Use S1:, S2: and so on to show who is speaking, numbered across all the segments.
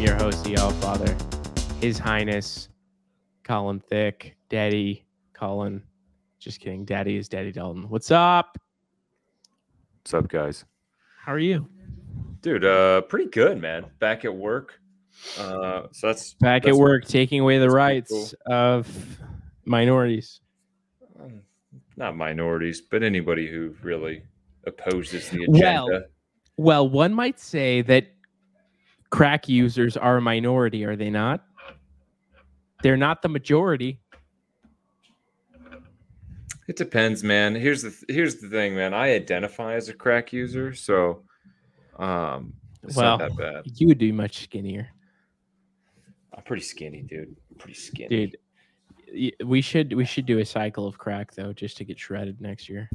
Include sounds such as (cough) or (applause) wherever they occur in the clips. S1: your host, the All Father, His Highness, Colin Thick, Daddy, Colin. Just kidding. Daddy is Daddy Dalton. What's up?
S2: What's up, guys?
S1: How are you?
S2: Dude, uh, pretty good, man. Back at work. Uh, so that's
S1: Back
S2: That's-
S1: at work, taking away the
S2: that's pretty
S1: rights of minorities.
S2: um, not minorities, but anybody who really opposes the agenda.
S1: Well- Well, one might say that crack users are a minority, are they not? They're not the majority.
S2: it depends, man. Here's the th- here's the thing, man. I identify as a crack user, so um, it's
S1: Well-
S2: not that bad.
S1: You would be much skinnier.
S2: I'm pretty skinny, dude. I'm pretty skinny.
S1: dude y- we should we should do a cycle of crack though just to get shredded next year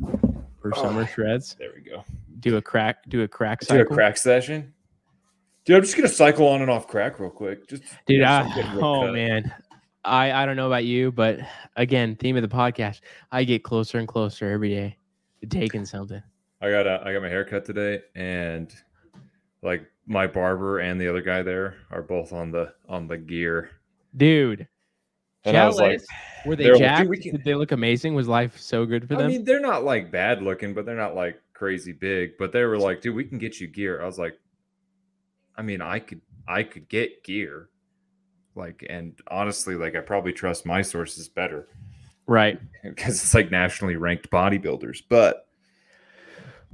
S1: for
S2: Oh.
S1: summer shreds
S2: there we go.
S1: do a crack do a crack
S2: Do a
S1: cycle
S2: crack session. Dude, I'm just gonna cycle on and off crack real quick. Just
S1: dude
S2: yeah,
S1: I,
S2: just get
S1: (laughs)
S2: real
S1: oh
S2: cut.
S1: man i i don't know about you but again theme of the podcast i get closer and closer every day to taking something
S2: I got a, I got my haircut today, and like my barber and the other guy there are both on the on the gear.
S1: dude
S2: And I was like,
S1: jealous. were they
S2: they're like, "Dude,
S1: jacked
S2: we can-
S1: did they look amazing was life so good for
S2: I
S1: them
S2: mean, they're not like bad looking, but they're not like crazy big. But they were like, dude, we can get you gear. I was like, I mean, I could I could get gear, like, and honestly, like I probably trust my sources better (laughs)
S1: right
S2: because it's like nationally ranked bodybuilders. But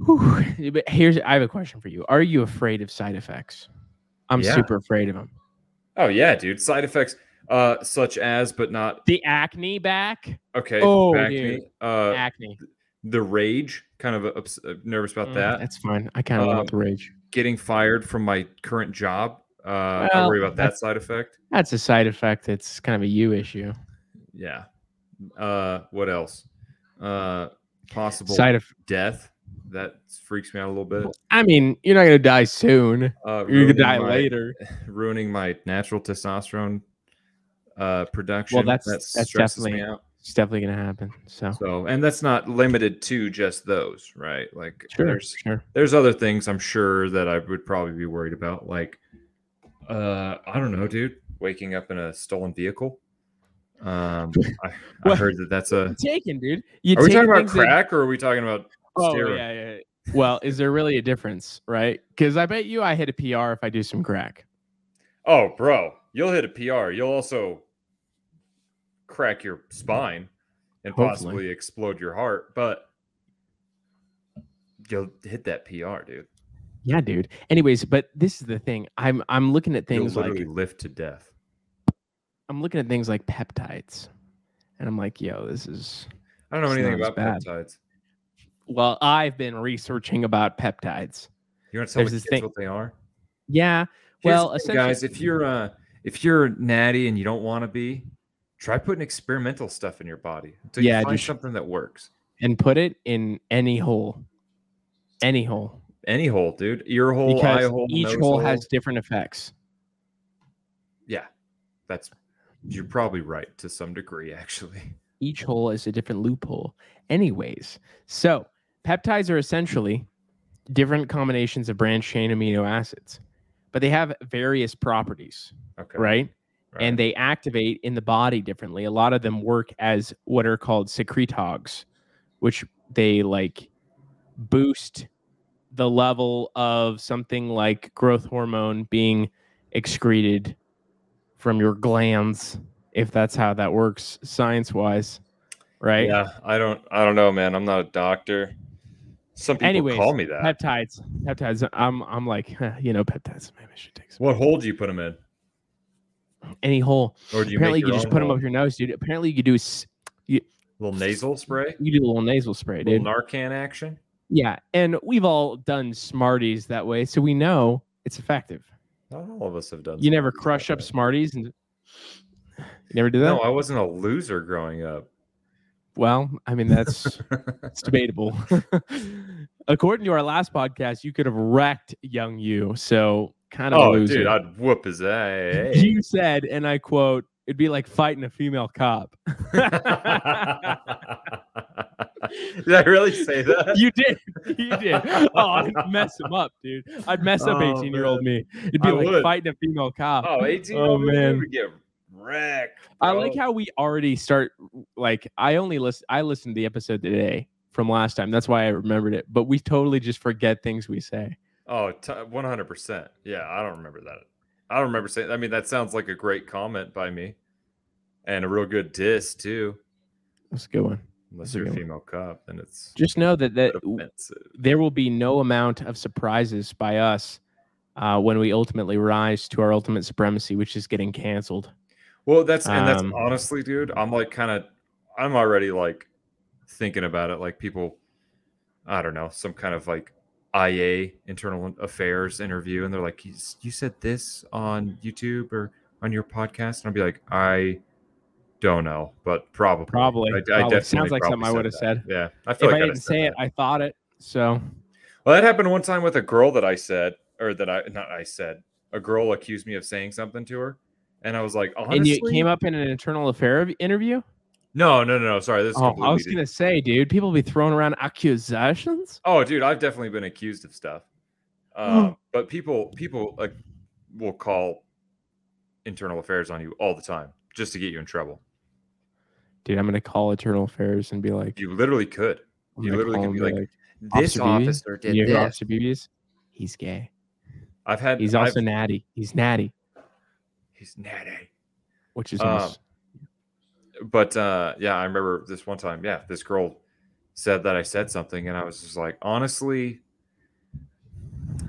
S1: Whew. but here's i have a question for you are you afraid of side effects i'm
S2: Yeah.
S1: super afraid of them
S2: oh yeah, dude, side effects uh such as but not
S1: the acne back
S2: okay
S1: Oh,
S2: back to
S1: dude.
S2: me, uh
S1: acne
S2: the rage kind of ups- uh, nervous about
S1: Mm,
S2: that
S1: That's fine. I kind of want
S2: Um,
S1: the rage. getting
S2: getting fired from my current job uh i
S1: Well,
S2: worry about that side effect
S1: That's a side effect. That's kind of a you issue.
S2: yeah uh what else uh possible
S1: Side of.
S2: death that freaks me out a little bit
S1: I mean, you're not gonna die soon.
S2: uh
S1: You're gonna
S2: ruining
S1: die
S2: my- (laughs)
S1: later.
S2: ruining my natural testosterone uh production
S1: that's-
S2: that
S1: that's
S2: stresses me
S1: definitely-
S2: out
S1: It's definitely gonna happen. So
S2: so and that's not limited to just those right like
S1: sure,
S2: there's
S1: sure.
S2: there's other things I'm sure that I would probably be worried about, like uh I don't know, dude, waking up in a stolen vehicle.
S1: (laughs)
S2: Um, I, I
S1: What?
S2: heard that that's a.
S1: Taken, dude. You
S2: Are we
S1: take
S2: talking about
S1: things that-
S2: crack or are we talking about
S1: oh
S2: steroid?
S1: yeah, yeah, yeah. Well, is there really a difference, right? Because I bet you I hit a PR if I do some crack.
S2: Oh, bro, you'll hit a PR. You'll also crack your spine and
S1: Hopefully.
S2: possibly explode your heart, but you'll hit that PR, dude.
S1: Yeah, dude. Anyways, but this is the thing. I'm I'm looking at things
S2: you'll
S1: like
S2: literally lift to death.
S1: I'm looking at things like peptides, and I'm like, yo, this is
S2: I don't know
S1: It's
S2: anything
S1: not as
S2: about
S1: bad.
S2: peptides.
S1: well. I've been researching about peptides.
S2: You want to tell
S1: There's
S2: me
S1: this thing-
S2: what they are?
S1: Yeah.
S2: Here's
S1: Well,
S2: the thing,
S1: essentially-
S2: guys, if you're uh, if you're natty and you don't want to be, try putting experimental stuff in your body until
S1: Yeah,
S2: you find
S1: just-
S2: something that works.
S1: and put it in any hole. Any hole.
S2: Any hole, dude, ear hole,
S1: because
S2: eye hole,
S1: each
S2: nose
S1: hole has different effects.
S2: yeah. That's you're probably right to some degree, (laughs) actually.
S1: Each hole is a different loophole. Anyways, so peptides are essentially different combinations of branched chain amino acids, but they have various properties,
S2: Okay,
S1: right?
S2: right.
S1: And they activate in the body differently. A lot of them work as what are called secretogs, which they like boost the level of something like growth hormone being excreted from your glands, if that's how that works science wise, right?
S2: yeah, I don't, I don't know, man. I'm not a doctor. Some people
S1: Anyways,
S2: call me that.
S1: Peptides, peptides. I'm, I'm like, huh, you know, peptides. Maybe I should take some.
S2: what hole do you put them in,
S1: Any hole.
S2: or do you
S1: Apparently, you
S2: make your
S1: just
S2: own
S1: put them
S2: hole?
S1: up your nose, dude. Apparently, you could do s-
S2: Little nasal spray,
S1: you do a little nasal spray, dude.
S2: little Narcan action.
S1: Yeah, and we've all done Smarties that way, so we know it's effective.
S2: Not all of us have done.
S1: You never
S2: something like
S1: crush up
S2: that.
S1: Smarties, and you never do that.
S2: No, I wasn't a loser growing up. (laughs)
S1: well, I mean that's it's debatable. (laughs) According to our last podcast, you could have wrecked young you, so kind of a
S2: oh,
S1: loser. (laughs)
S2: dude, I'd whoop his ass. (laughs)
S1: You said, and I quote, "It'd be like fighting a female
S2: (laughs)
S1: cop."
S2: Did I really say that?
S1: you did. you did. Oh, I'd mess him up, dude. I'd mess up
S2: Oh,
S1: 18 year old me. It'd be
S2: I
S1: like
S2: would.
S1: fighting a female cop.
S2: Oh, 18
S1: Oh,
S2: oh, man.
S1: man.
S2: would get wrecked.
S1: I
S2: bro.
S1: like how we already start like I only listen I listened to the episode today from last time. That's why I remembered it. But we totally just forget things we say.
S2: Oh, t- 100%. Yeah, I don't remember that. I don't remember saying I mean, that sounds like a great comment by me and a real good diss, too.
S1: That's a good one.
S2: Unless
S1: That's a
S2: you're a
S1: good one. uh,
S2: female cop, then it's
S1: Just know that that
S2: offensive.
S1: there will be no amount of surprises by us uh, when we ultimately rise to our ultimate supremacy, which is getting canceled.
S2: Well, that's and that's
S1: Um,
S2: honestly, dude. I'm like kind of, I'm already like thinking about it. Like people, I don't know, some kind of like IA internal affairs interview, and they're like, "You s- "You said this on YouTube or on your podcast," and I'll be like, "I don't know, but probably,
S1: Probably.
S2: I, I
S1: Probably.
S2: definitely
S1: Sounds like
S2: probably
S1: something I would've
S2: that.
S1: said.
S2: Yeah, I
S1: If
S2: feel
S1: I
S2: like I'd have
S1: didn't
S2: said
S1: say it,
S2: that.
S1: I thought it. So
S2: Well, that happened one time with a girl that I said, or that I not I said, a girl accused me of saying something to her, and I was like, honestly,
S1: and you it came up in an internal affair of- interview.
S2: No, no, no, no. Sorry, this is
S1: Oh,
S2: completely
S1: I was
S2: different.
S1: gonna say, dude, people be throwing around accusations.
S2: Oh, dude, I've definitely been accused of stuff. Uh,
S1: (gasps)
S2: but people, people like, will call internal affairs on you all the time just to get you in trouble.
S1: Dude, I'm gonna call internal affairs and be like,
S2: You literally could.
S1: I'm
S2: you
S1: gonna
S2: literally
S1: call
S2: can
S1: and
S2: be
S1: be
S2: like,
S1: like,
S2: this
S1: "Officer Beebe,
S2: officer did
S1: you
S2: this.
S1: know Officer Beebe's? He's gay.
S2: I've had.
S1: He's
S2: I've-
S1: also natty. He's natty,
S2: (laughs) he's natty.
S1: which is
S2: Um,
S1: almost-
S2: But uh, yeah, I remember this one time. Yeah, this girl said that I said something, and I was just like, honestly,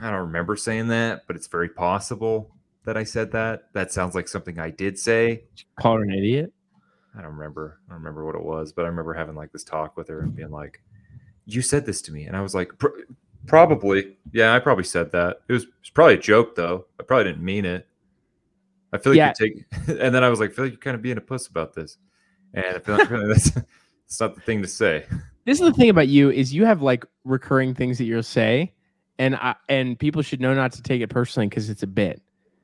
S2: I don't remember saying that, but it's very possible that I said that. That sounds like something I did say.
S1: call her an idiot.
S2: I don't remember. I don't remember what it was, but I remember having like this talk with her and being like, "You said this to me," and I was like, "Pro- "Probably, yeah, I probably said that. It was, it was probably a joke, though. I probably didn't mean it. I feel like
S1: Yeah.
S2: you take." (laughs) and then I was like, I "Feel like you're kind of being a puss about this," and I feel like (laughs) really that's it's not the thing to say.
S1: This is the thing about you is you have like recurring things that you'll say, and I and people should know not to take it personally because it's a bit.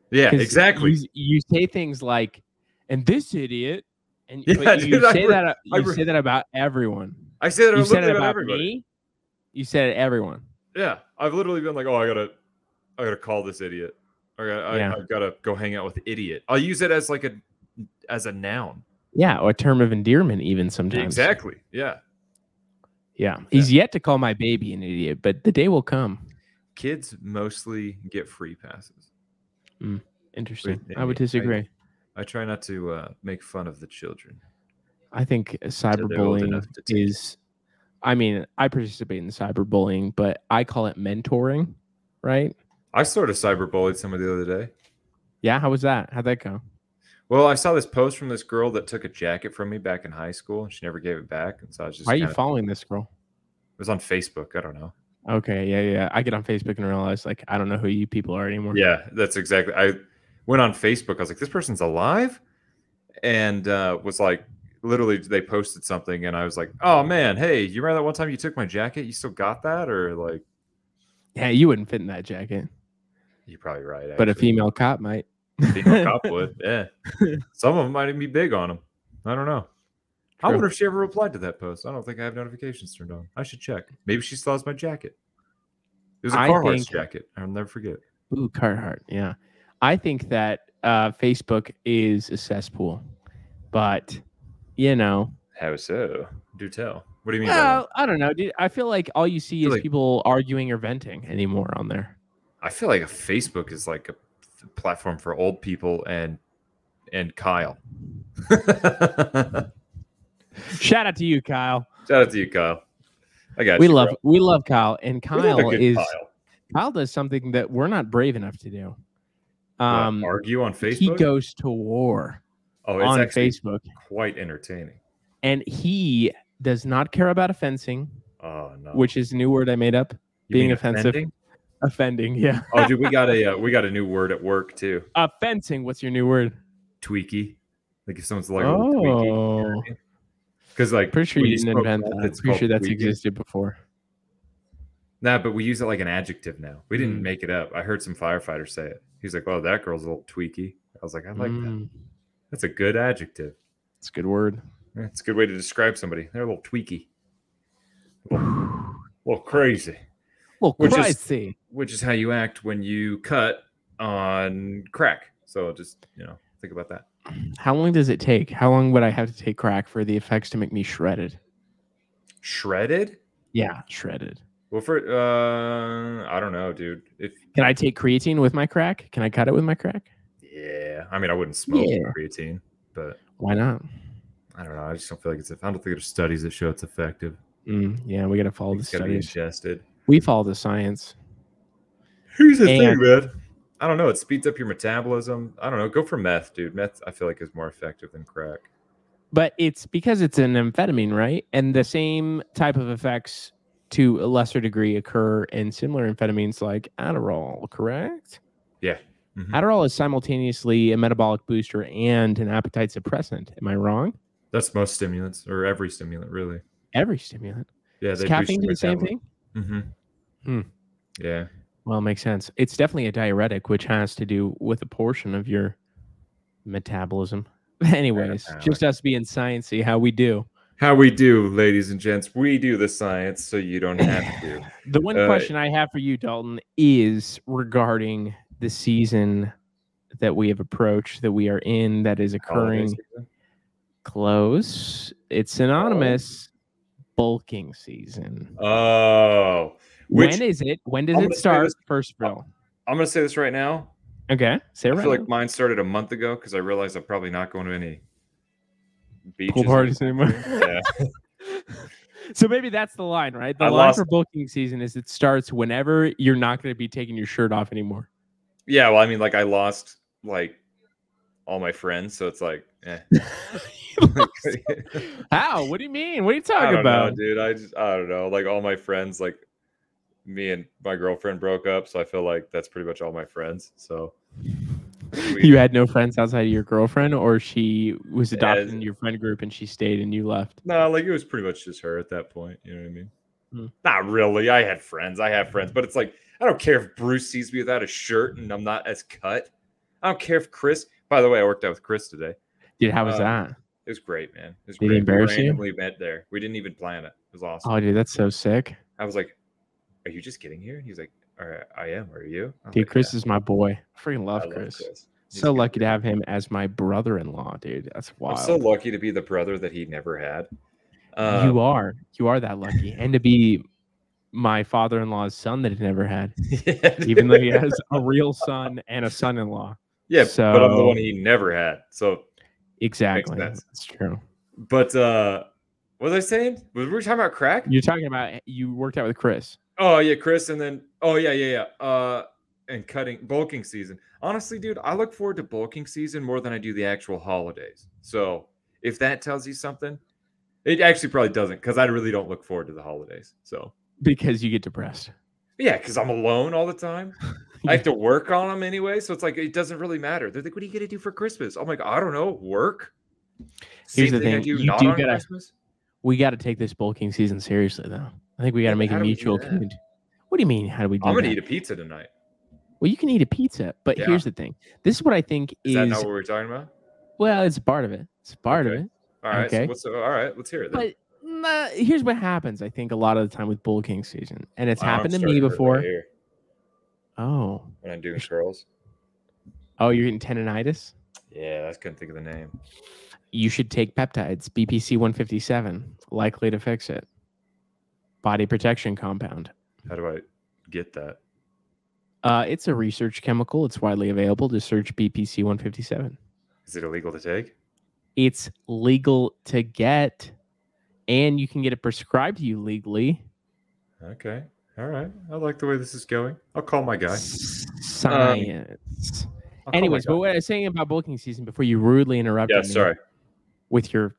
S2: Yeah,
S1: 'Cause
S2: exactly.
S1: You, you say things like, "And this idiot," and
S2: (laughs) Yeah,
S1: but you
S2: dude, I
S1: say
S2: re-
S1: that uh,
S2: I
S1: you
S2: re-
S1: say that about everyone.
S2: I say that.
S1: you
S2: I've
S1: said it
S2: literally about
S1: about
S2: everybody.
S1: me. You said it everyone.
S2: Yeah, I've literally been like, "Oh, I gotta, I gotta call this idiot. I gotta, I,
S1: Yeah.
S2: I've gotta go hang out with idiot." I'll use it as like a, as a noun.
S1: Yeah, or a term of endearment even sometimes.
S2: Exactly. Yeah.
S1: Yeah. He's yet to call my baby an idiot, but the day will come.
S2: Kids mostly get free passes.
S1: Interesting.
S2: Wait,
S1: I would
S2: I- I-
S1: disagree.
S2: I try not to uh, make fun of the children.
S1: I think uh, cyberbullying
S2: enough to take it.
S1: is I mean, I participate in cyberbullying, but I call it mentoring, right?
S2: I sort of cyberbullied someone the other day.
S1: Yeah, how was that? How'd that go?
S2: Well, I saw this post from this girl that took a jacket from me back in high school, and she never gave it back. And so I was just
S1: Why are you
S2: kinda-
S1: following this girl?
S2: it was on Facebook. I don't know.
S1: Okay, yeah, yeah. I get on Facebook and realize like I don't know who you people are anymore.
S2: Yeah, that's exactly. I went on Facebook. I was like, this person's alive, and uh, was like, literally, they posted something, and I was like, oh man, hey, you remember that one time you took my jacket? You still got that, or like,
S1: Yeah, you wouldn't fit in that jacket.
S2: you're probably right. Actually.
S1: But a female cop might.
S2: female
S1: (laughs)
S2: cop would. Yeah, some of them might even be big on them. I don't know. I
S1: True.
S2: wonder if she ever replied to that post. I don't think I have notifications turned on. I should check. Maybe she still has my jacket. It was a
S1: I
S2: Carhartt
S1: think-
S2: jacket. I'll never forget.
S1: Ooh, Carhartt. Yeah, I think that uh, Facebook is a cesspool, but you know,
S2: How so? Do tell. What do you mean? by
S1: well,
S2: that?
S1: I don't know, dude. I feel like all you see
S2: Feel
S1: is
S2: like-
S1: people arguing or venting anymore on there.
S2: I feel like a Facebook is like a th- platform for old people and and Kyle. (laughs) Shout
S1: Shout out to you, Kyle.
S2: out to you, Kyle. I got
S1: we
S2: you,
S1: love
S2: bro.
S1: we love Kyle, and
S2: We love a
S1: Kyle
S2: good
S1: is Kyle.
S2: Kyle.
S1: does something that we're not brave enough to do.
S2: Yeah,
S1: Um,
S2: argue on
S1: he
S2: Facebook.
S1: goes to war
S2: oh, it's
S1: on
S2: actually
S1: Facebook,
S2: quite entertaining.
S1: and he does not care about offensing,
S2: Oh no.
S1: which is a new word I made up.
S2: You mean
S1: being offensive.
S2: offending?
S1: Offending, (laughs) yeah.
S2: oh, dude, we got a uh, we got a new word at work too.
S1: Offensing. What's your new word?
S2: Tweaky. Like if someone's like,
S1: Oh,
S2: because like
S1: pretty sure
S2: when
S1: you didn't
S2: smoke
S1: invent
S2: meth,
S1: that.
S2: it's
S1: Pretty
S2: called
S1: sure that's
S2: tweaking.
S1: existed before.
S2: Nah, but we use it like an adjective now. We didn't
S1: Mm.
S2: make it up. I heard some firefighter say it. He's like, "Oh, that girl's a little tweaky." I was like, "I like that.
S1: Mm,
S2: That's a good adjective.
S1: It's a good word.
S2: It's a good way to describe somebody. They're a little tweaky." A little well, crazy.
S1: Well,
S2: Which is-
S1: crazy.
S2: Which is how you act when you cut on crack. So just you know, think about that.
S1: How long does it take? How long would I have to take crack for the effects to make me shredded?
S2: Shredded.
S1: Yeah, shredded.
S2: Well, for uh, I don't know, dude. If
S1: Can I take creatine with my crack? Can I cut it with my crack?
S2: yeah, I mean, I wouldn't smoke
S1: Yeah.
S2: creatine, but
S1: Why not?
S2: I don't know. I just don't feel like it's. I don't think there's studies that show it's effective.
S1: Mm, yeah, we got to follow the
S2: It's got to be
S1: studies.
S2: ingested.
S1: We follow the science.
S2: Here's the
S1: thing,
S2: man. I don't know. It speeds up your metabolism. I don't know. Go for meth, dude. Meth, I feel like is more effective than crack.
S1: But it's because it's an amphetamine, right? And the same type of effects to a lesser degree occur in similar amphetamines like Adderall, correct?
S2: Yeah. Mhm.
S1: Adderall is simultaneously a metabolic booster and an appetite suppressant. Am I wrong?
S2: That's most stimulants or every stimulant, really.
S1: Every stimulant.
S2: Yeah,
S1: Does caffeine do the same thing?
S2: Mm-hmm.
S1: Hmm.
S2: Yeah,
S1: Well, it makes sense. It's definitely a diuretic, which has to do with a portion of your metabolism. (laughs) Anyways, just us being sciencey, how we do.
S2: how we do, ladies and gents. We do the science, so you don't have to.
S1: The one
S2: Uh,
S1: question I have for you, Dalton, is regarding the season that we have approached, that we are in, that is
S2: Holiday
S1: occurring
S2: season.
S1: close. It's synonymous bulking season.
S2: Oh, which
S1: when is it? When
S2: I'm
S1: does
S2: gonna
S1: it
S2: say
S1: start?
S2: this-
S1: First bill.
S2: I'm gonna say this right now.
S1: Okay, say it
S2: I
S1: right.
S2: feel like
S1: now.
S2: mine started a month ago because I realized I'm probably not going to any beaches.
S1: pool parties anymore. (laughs)
S2: (laughs) Yeah.
S1: so maybe that's the line, right? The
S2: I
S1: line
S2: lost-
S1: for bulking season is it starts whenever you're not going to be taking your shirt off
S2: (laughs)
S1: anymore.
S2: Yeah, well, I mean, like I lost like all my friends, so it's like,
S1: (laughs)
S2: eh.
S1: How? What do you mean? What are you
S2: (laughs) I
S1: talking
S2: don't
S1: about?
S2: know, dude. I just I don't know. Like all my friends, like me and my girlfriend broke up, so I feel like that's pretty much all my friends.
S1: (laughs)
S2: So we-
S1: You had no friends outside of your girlfriend, or she was
S2: Yeah,
S1: adopted
S2: it's-
S1: into your friend group and she stayed and you left.
S2: no, like it was pretty much just her at that point. You know what I mean?
S1: Hmm. Mm-hmm.
S2: Not really. I had friends. I have friends, but it's like I don't care if Bruce sees me without a shirt and I'm not as cut. I don't care if Chris. By the way, I worked out with Chris today.
S1: Dude, how was
S2: Uh,
S1: that?
S2: It was great, man. It was
S1: Did he
S2: great.
S1: embarrass
S2: we
S1: you?
S2: randomly met there. We didn't even plan it. It was awesome.
S1: Oh, dude, that's so sick.
S2: I was like, "Are you just getting here?" And he's like, "All right, I am. Are you?" I was
S1: Dude,
S2: like,
S1: Chris
S2: "Yeah,
S1: is my boy. I freaking
S2: oh I
S1: love,
S2: love
S1: Chris.
S2: He's
S1: So
S2: good.
S1: lucky to have him as my brother in law, dude. That's wild.
S2: I'm so lucky to be the brother that he never had. Um, (laughs)
S1: you are. You are that lucky. And to be my father in law's son that he never had,
S2: yeah,
S1: even though he has a real son and a son in law.
S2: yeah, but I'm the
S1: so-
S2: one he never had. So,
S1: Exactly.
S2: sense.
S1: That's true.
S2: but uh, what was I saying? Was we were talking about crack?
S1: You're talking about you worked out with Chris.
S2: Oh yeah, Chris, and then oh yeah, yeah, yeah. Uh, and cutting bulking season. Honestly, dude, I look forward to bulking season more than I do the actual holidays. So if that tells you something, it actually probably doesn't because I really don't look forward to the holidays. So
S1: Because you get depressed.
S2: yeah, because I'm alone all
S1: (laughs)
S2: the time. I have to work on them anyway, so it's like it doesn't really matter. They're like, "What are you gonna do for Christmas?" I'm like, "I don't know, work."
S1: Here's the
S2: I
S1: thing,
S2: do
S1: you
S2: not
S1: do
S2: on
S1: gotta-
S2: Christmas.
S1: We got to take this bulking season seriously, though. I think we got
S2: Yeah,
S1: to
S2: but
S1: make
S2: how
S1: a
S2: do we do
S1: mutual
S2: that?
S1: commitment. What do you mean? How do we do
S2: I'm gonna
S1: that?
S2: eat a pizza tonight.
S1: well, you can eat a pizza, but
S2: Yeah.
S1: here's the thing. This is what I think
S2: Is,
S1: is,
S2: that not what we we're talking about?
S1: well, it's part of it. It's part
S2: Okay.
S1: of it.
S2: All right, so
S1: Okay.
S2: what's all right? Let's hear it. Then.
S1: But nah, here's what happens, I think, a lot of the time with bulking season. And it's
S2: Wow, I'm
S1: happened to
S2: starting
S1: me
S2: to hurt right
S1: before.
S2: here
S1: Oh.
S2: when
S1: (laughs)
S2: I'm doing curls.
S1: Oh, you're getting tendonitis?
S2: Yeah, I just couldn't think of the name.
S1: You should take peptides, BPC 157, likely to fix it. Body protection compound.
S2: How do I get that?
S1: Uh, it's a research chemical. It's widely available. Just search BPC 157.
S2: Is it illegal to take?
S1: It's legal to get, and you can get it prescribed to you legally.
S2: Okay, all right. I like the way this is going. I'll call my guy.
S1: S- Science.
S2: I'll call Um, oh my
S1: Anyways,
S2: guy.
S1: but what I was saying about bulking season before you rudely interrupted
S2: yeah,
S1: me
S2: sorry,
S1: with your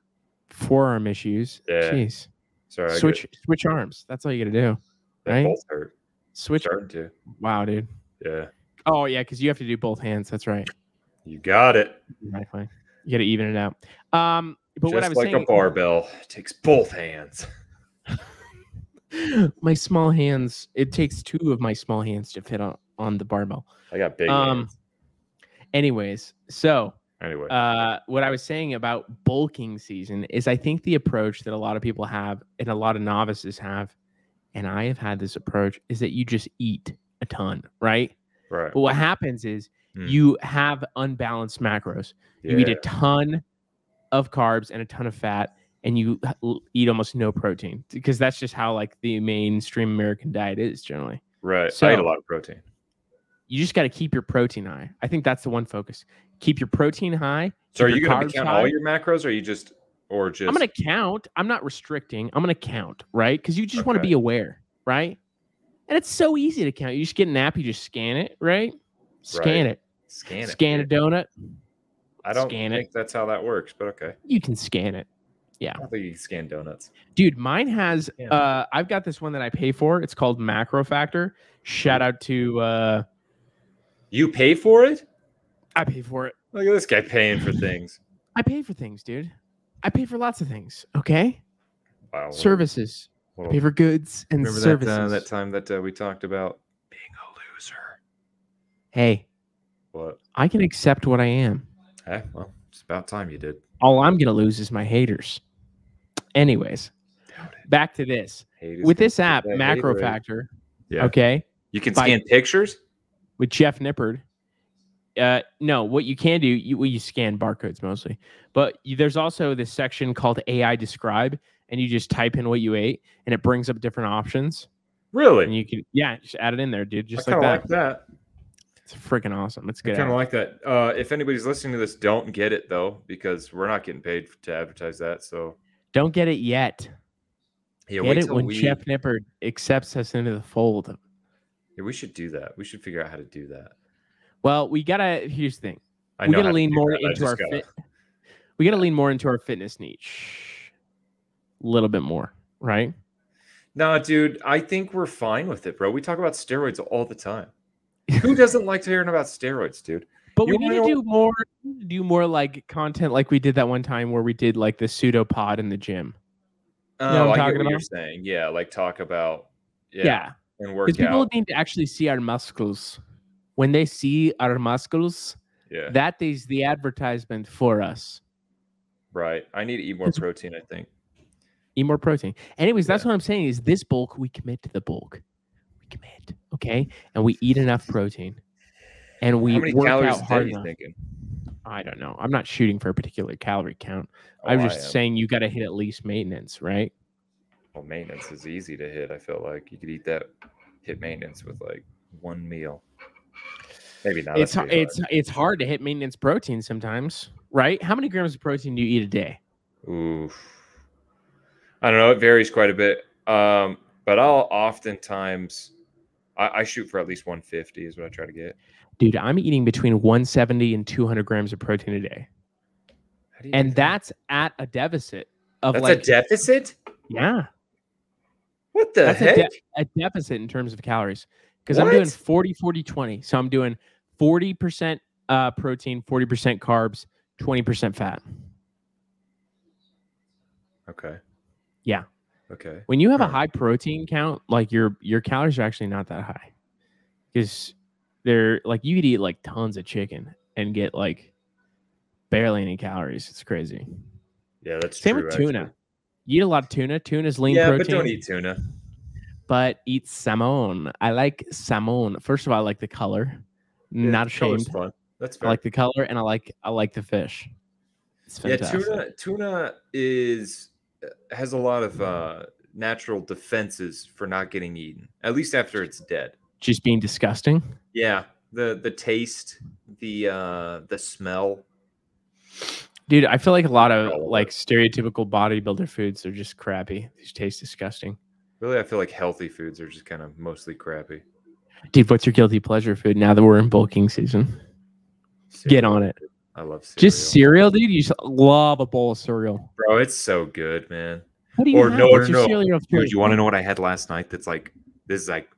S1: forearm issues.
S2: Yeah,
S1: Jeez.
S2: sorry. I get-
S1: switch switch arms. That's all you gotta do.
S2: that
S1: right?
S2: both hurt.
S1: Switch
S2: Starting to.
S1: wow, dude.
S2: Yeah,
S1: Oh yeah, because you have to do both hands. That's right.
S2: you got it.
S1: Exactly. You gotta even it out. Um but
S2: Just
S1: what I was
S2: like
S1: saying
S2: a barbell, it takes both hands. (laughs)
S1: (gasps) my small hands it takes two of my small hands to fit on, on the barbell
S2: I got big.
S1: Um,
S2: hands.
S1: anyways so
S2: Anyway,
S1: uh, what i was saying about bulking season is i think the approach that a lot of people have and a lot of novices have and I have had this approach is that you just eat a ton, right?
S2: Right.
S1: But what happens is
S2: Hmm.
S1: you have unbalanced macros. You eat
S2: Yeah.
S1: a ton of carbs and a ton of fat, and you h- l- eat almost no protein because that's just how like the mainstream American diet is generally.
S2: Right.
S1: So-
S2: I eat a lot of protein.
S1: You just got to keep your protein high. I think that's the one focus. Keep your protein high.
S2: So are
S1: keep
S2: you
S1: your
S2: going
S1: carbs
S2: to count
S1: high.
S2: all your macros, or you just, or just?
S1: I'm gonna count. I'm not restricting. I'm gonna count, right? Because you just want to
S2: Okay.
S1: be aware, right? And it's so easy to count. You just get an app, you just scan it, right? Scan it.
S2: scan it.
S1: scan a donut.
S2: I don't
S1: scan it.
S2: think that's how that works, but okay.
S1: You can scan it.
S2: I don't think you can scan donuts.
S1: Dude, mine has
S2: Yeah.
S1: uh I've got this one that I pay for. It's called Macro Factor.
S2: Mm-hmm.
S1: Shout out to uh
S2: You pay for it?
S1: I pay for it.
S2: Look at this guy paying for things.
S1: I pay for things, dude. I pay for lots of things, okay?
S2: Wow. what a-
S1: Services.
S2: what
S1: I
S2: a-
S1: pay for goods and
S2: remember that,
S1: services.
S2: uh, that time that uh, we talked about being a loser?
S1: hey,
S2: What?
S1: I can accept what I am.
S2: Hey, well, it's about time you did.
S1: All I'm gonna lose is my haters. Anyways,
S2: Doubt it.
S1: back to this.
S2: Hate is
S1: With
S2: gonna
S1: this
S2: get
S1: app,
S2: that
S1: Macro
S2: haterade.
S1: Factor,
S2: Yeah.
S1: okay?
S2: You can
S1: by-
S2: scan pictures?
S1: with Jeff Nippard. Uh, no, what you can do, you, well, you scan barcodes mostly, but you, there's also this section called AI Describe, and you just type in what you ate, and it brings up different options, and
S2: Really?
S1: you can yeah, just add it in there, dude, just
S2: I
S1: like
S2: kind of
S1: that.
S2: like that.
S1: It's freaking awesome. It's
S2: I
S1: good.
S2: kind of like that. Uh, if anybody's listening to this, don't get it though, because we're not getting paid to advertise that. So
S1: Don't get it yet.
S2: yeah,
S1: get it when Jeff Nippard accepts us into the fold.
S2: Yeah, we should do that. We should figure out how to do that.
S1: Well, we gotta. Here's the thing.
S2: I
S1: we
S2: know how
S1: gotta
S2: to
S1: lean
S2: do
S1: more
S2: that, I
S1: into
S2: just
S1: our
S2: gotta-
S1: fit. We gotta lean more into our fitness niche. A little bit more, right?
S2: No, dude, I think we're fine with it, bro. We talk about steroids all
S1: (laughs)
S2: the time. Who doesn't like hearing about steroids, dude?
S1: But we
S2: You
S1: need
S2: wanna
S1: to
S2: know-
S1: do more do more like content like we did that one time where we did like the pseudopod in the gym.
S2: Oh,
S1: know what I'm
S2: I get
S1: talking
S2: what you're
S1: about?
S2: saying. Yeah, like talk about yeah,
S1: Yeah.
S2: and
S1: Because
S2: work
S1: people
S2: out.
S1: need to actually see our muscles. When they see our muscles,
S2: Yeah,
S1: that is the advertisement for us.
S2: right. I need to eat more
S1: It's-
S2: protein. I think.
S1: Eat more protein. Anyways, that's what I'm saying is this bulk, we commit to the bulk. We commit. Okay. And we eat enough protein. And we
S2: How many
S1: work
S2: calories
S1: out
S2: a day
S1: hard
S2: you
S1: enough.
S2: thinking?
S1: I don't know. I'm not shooting for a particular calorie count.
S2: Oh,
S1: I'm
S2: I
S1: just
S2: am.
S1: saying you got to hit at least maintenance, right?
S2: Well, maintenance is easy to hit. I feel like you could eat that, hit maintenance with like one meal. Maybe not.
S1: it's
S2: that's
S1: har-
S2: pretty
S1: it's it's hard to hit maintenance protein sometimes, right? How many grams of protein do you eat a day?
S2: hard. Oof. I don't know. It varies quite a bit. Um, but I'll oftentimes, I, I shoot for at least 150 is what I try to get.
S1: Dude, I'm eating between 170 and 200 grams of protein a day,
S2: How do you do
S1: and that's at a deficit of
S2: that's
S1: like
S2: a deficit.
S1: yeah,
S2: What the
S1: That's a
S2: heck?
S1: de- a deficit in terms of calories because I'm doing
S2: What?
S1: 40 40 20. So I'm doing 40% uh, protein, 40% carbs, 20% fat.
S2: okay.
S1: Yeah.
S2: Okay.
S1: When you have a
S2: Right.
S1: high protein count, like your your calories are actually not that high, because they're like you could eat like tons of chicken and get like barely any calories. It's crazy.
S2: Yeah, that's
S1: Same
S2: true,
S1: with
S2: actually.
S1: tuna. You eat a lot of tuna. Tuna's lean
S2: yeah,
S1: protein,
S2: but don't eat tuna.
S1: but eat salmon. I like salmon. First of all, I like the color.
S2: Yeah,
S1: not
S2: color's
S1: ashamed.
S2: Fun. That's
S1: I
S2: fair.
S1: like the color, and I like I like the fish. It's
S2: yeah,
S1: fantastic.
S2: tuna. Tuna is uh, has a lot of uh, natural defenses for not getting eaten. At least after it's dead.
S1: Just being disgusting.
S2: Yeah, the the taste, the uh, the smell.
S1: Dude, I feel like a lot of
S2: All of
S1: like
S2: it.
S1: stereotypical bodybuilder foods are just crappy. These taste disgusting.
S2: Really, I feel like healthy foods are just kind of mostly crappy.
S1: Dude, what's your guilty pleasure food now that we're in bulking season? Get on it.
S2: I love cereal.
S1: Just cereal, dude. You just love a bowl of cereal.
S2: bro. It's so good, man.
S1: What do you
S2: Or
S1: have?
S2: no,
S1: What's
S2: no,
S1: your
S2: no.
S1: cereal of
S2: Dude,
S1: choice?
S2: you want to know what I had last night? That's like this is like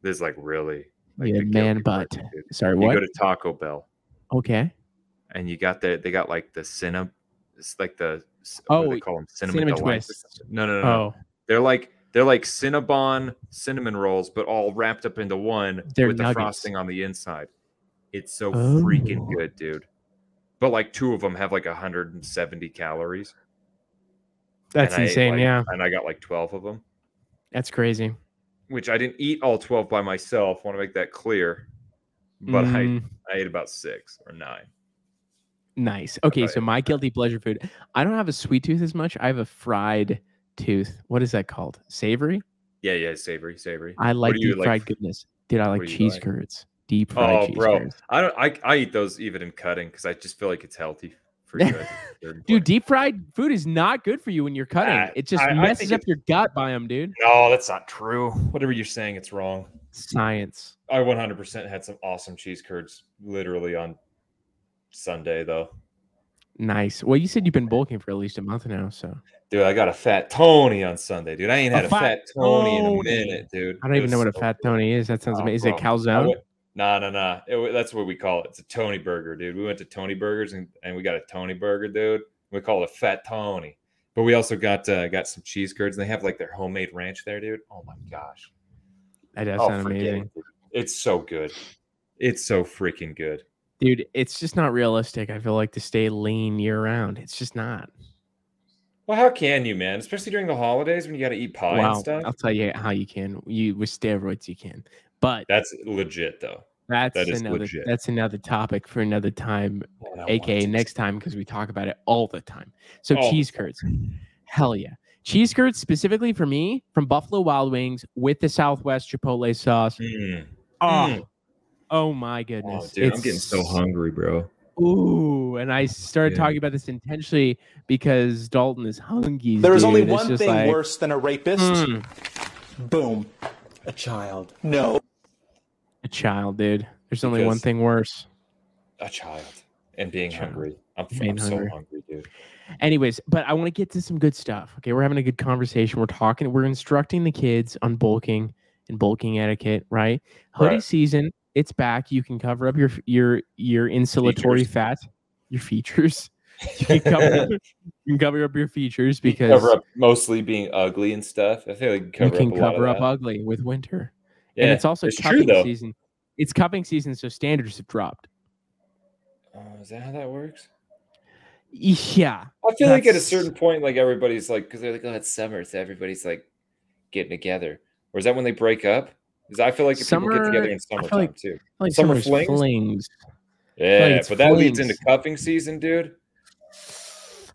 S2: this is like really like
S1: Oh, Yeah,
S2: the
S1: man
S2: guilty
S1: butt.
S2: pleasure, dude.
S1: Sorry,
S2: You
S1: what?
S2: go to Taco Bell
S1: okay.
S2: and you got the they got like the cinnamon, it's like the c- what do
S1: Oh,
S2: they call them cinnamon,
S1: cinnamon
S2: delights. or
S1: twists.
S2: something. No, no, no, no.
S1: Oh,
S2: They're like they're like Cinnabon cinnamon rolls, but all wrapped up into one
S1: They're
S2: with
S1: nuggets.
S2: the frosting on the inside. It's so
S1: Oh.
S2: freaking good, dude. But like two of them have like 170 calories.
S1: that's
S2: and I ate,
S1: insane.
S2: like-
S1: yeah,
S2: And I got like 12 of them.
S1: that's crazy.
S2: which I didn't eat all 12 by myself. Want to make that clear. But
S1: Mm,
S2: I, I ate about six or nine.
S1: nice. Okay,
S2: thought
S1: so my guilty pleasure food. I don't have a sweet tooth as much. I have a fried tooth. What is that called? Savory?
S2: Yeah, yeah, savory, savory.
S1: I like
S2: do you
S1: deep
S2: like
S1: fried
S2: f-
S1: goodness. Dude, I like
S2: do you
S1: cheese
S2: like?
S1: curds. Deep fried
S2: Oh,
S1: cheese
S2: bro.
S1: curds.
S2: I don't. I, I eat those even in cutting because I just feel like it's healthy
S1: (laughs)
S2: for you. at a certain
S1: Dude,
S2: point.
S1: deep fried food is not good for you when you're cutting.
S2: Ah,
S1: it just
S2: I- I
S1: messes
S2: think
S1: up your gut biome, dude.
S2: no, that's not true. Whatever you're saying, it's wrong.
S1: Science.
S2: I 100% had some awesome cheese curds literally on Sunday though.
S1: Nice. Well, you said you've been bulking for at least a month now, so
S2: Dude, I got a fat Tony on Sunday, dude. I ain't
S1: A
S2: had a,
S1: fat
S2: fat Tony, in a
S1: Tony.
S2: minute, dude.
S1: I don't
S2: It
S1: even know
S2: was
S1: what a
S2: so
S1: fat
S2: good.
S1: Tony is. That sounds
S2: Oh,
S1: amazing. Is it
S2: bro. I
S1: calzone?
S2: went- Nah, nah, nah. It wa- that's what we call it. It's a Tony burger, dude. We went to Tony Burgers and, and we got a Tony burger, dude. We call it a Fat Tony. But we also got uh, got some cheese curds, and they have like their homemade ranch there, dude. Oh my gosh,
S1: That does
S2: oh,
S1: sound
S2: forget
S1: amazing.
S2: it, dude. It's so good. It's so freaking good.
S1: Dude, it's just not realistic. I feel like to stay lean year round. It's just not.
S2: Well, how can you, man? Especially during the holidays when you got to eat pie and
S1: wow.
S2: stuff.
S1: I'll tell you how you can. You with steroids you can. But
S2: That's legit, though.
S1: that's
S2: is
S1: another
S2: legit.
S1: that's another topic for another time,
S2: Man, I want
S1: aka
S2: to- Oh.
S1: next time because we talk about it all the time. So
S2: All the
S1: cheese curds. Hell yeah. Cheese curds specifically for me from Buffalo Wild Wings with the Southwest Chipotle sauce.
S2: Mm.
S1: Oh,
S2: Mm.
S1: oh my goodness.
S2: Oh, dude, I'm
S1: It's
S2: getting so hungry, bro.
S1: Ooh, and I started
S2: Yeah.
S1: talking about this intentionally because Dalton is hungry.
S3: There is only
S1: dude. It's
S3: one
S1: just
S3: thing
S1: like,
S3: worse than a rapist.
S1: mm,
S3: Boom. A child. No.
S1: a child, dude. There's only one
S2: Because-
S1: thing worse.
S2: A child and being
S1: Child.
S2: hungry. I'm,
S1: Being
S2: I'm so
S1: hungry.
S2: hungry, dude.
S1: Anyways, but I want to get to some good stuff. Okay, we're having a good conversation. We're talking. We're instructing the kids on bulking and bulking etiquette. Right? Hoodie
S2: Right.
S1: season. It's back. You can cover up your your your insulatory
S2: Features.
S1: fat, your features. (laughs) You
S2: (laughs)
S1: can cover, up, you can cover up your features because
S2: cover up mostly being ugly and stuff. I feel like you
S1: you
S2: cover
S1: can
S2: up a
S1: cover
S2: lot
S1: up
S2: of that.
S1: ugly with winter.
S2: Yeah,
S1: and it's also
S2: it's true
S1: cupping
S2: though.
S1: season. It's cupping season, so standards have dropped.
S2: Oh, is that how that works?
S1: Yeah,
S2: I feel like at a
S1: That's-
S2: certain point, like everybody's like, because they're like, oh, it's summer, so everybody's like getting together. Or is that when they break up? Because I feel like if people get
S1: Summer-
S2: together in
S1: I feel
S2: summertime
S1: like-
S2: too.
S1: like
S2: Summer
S1: summer's
S2: flings?
S1: flings.
S2: Yeah,
S1: it's
S2: but that leads into
S1: flings.
S2: cuffing season, dude.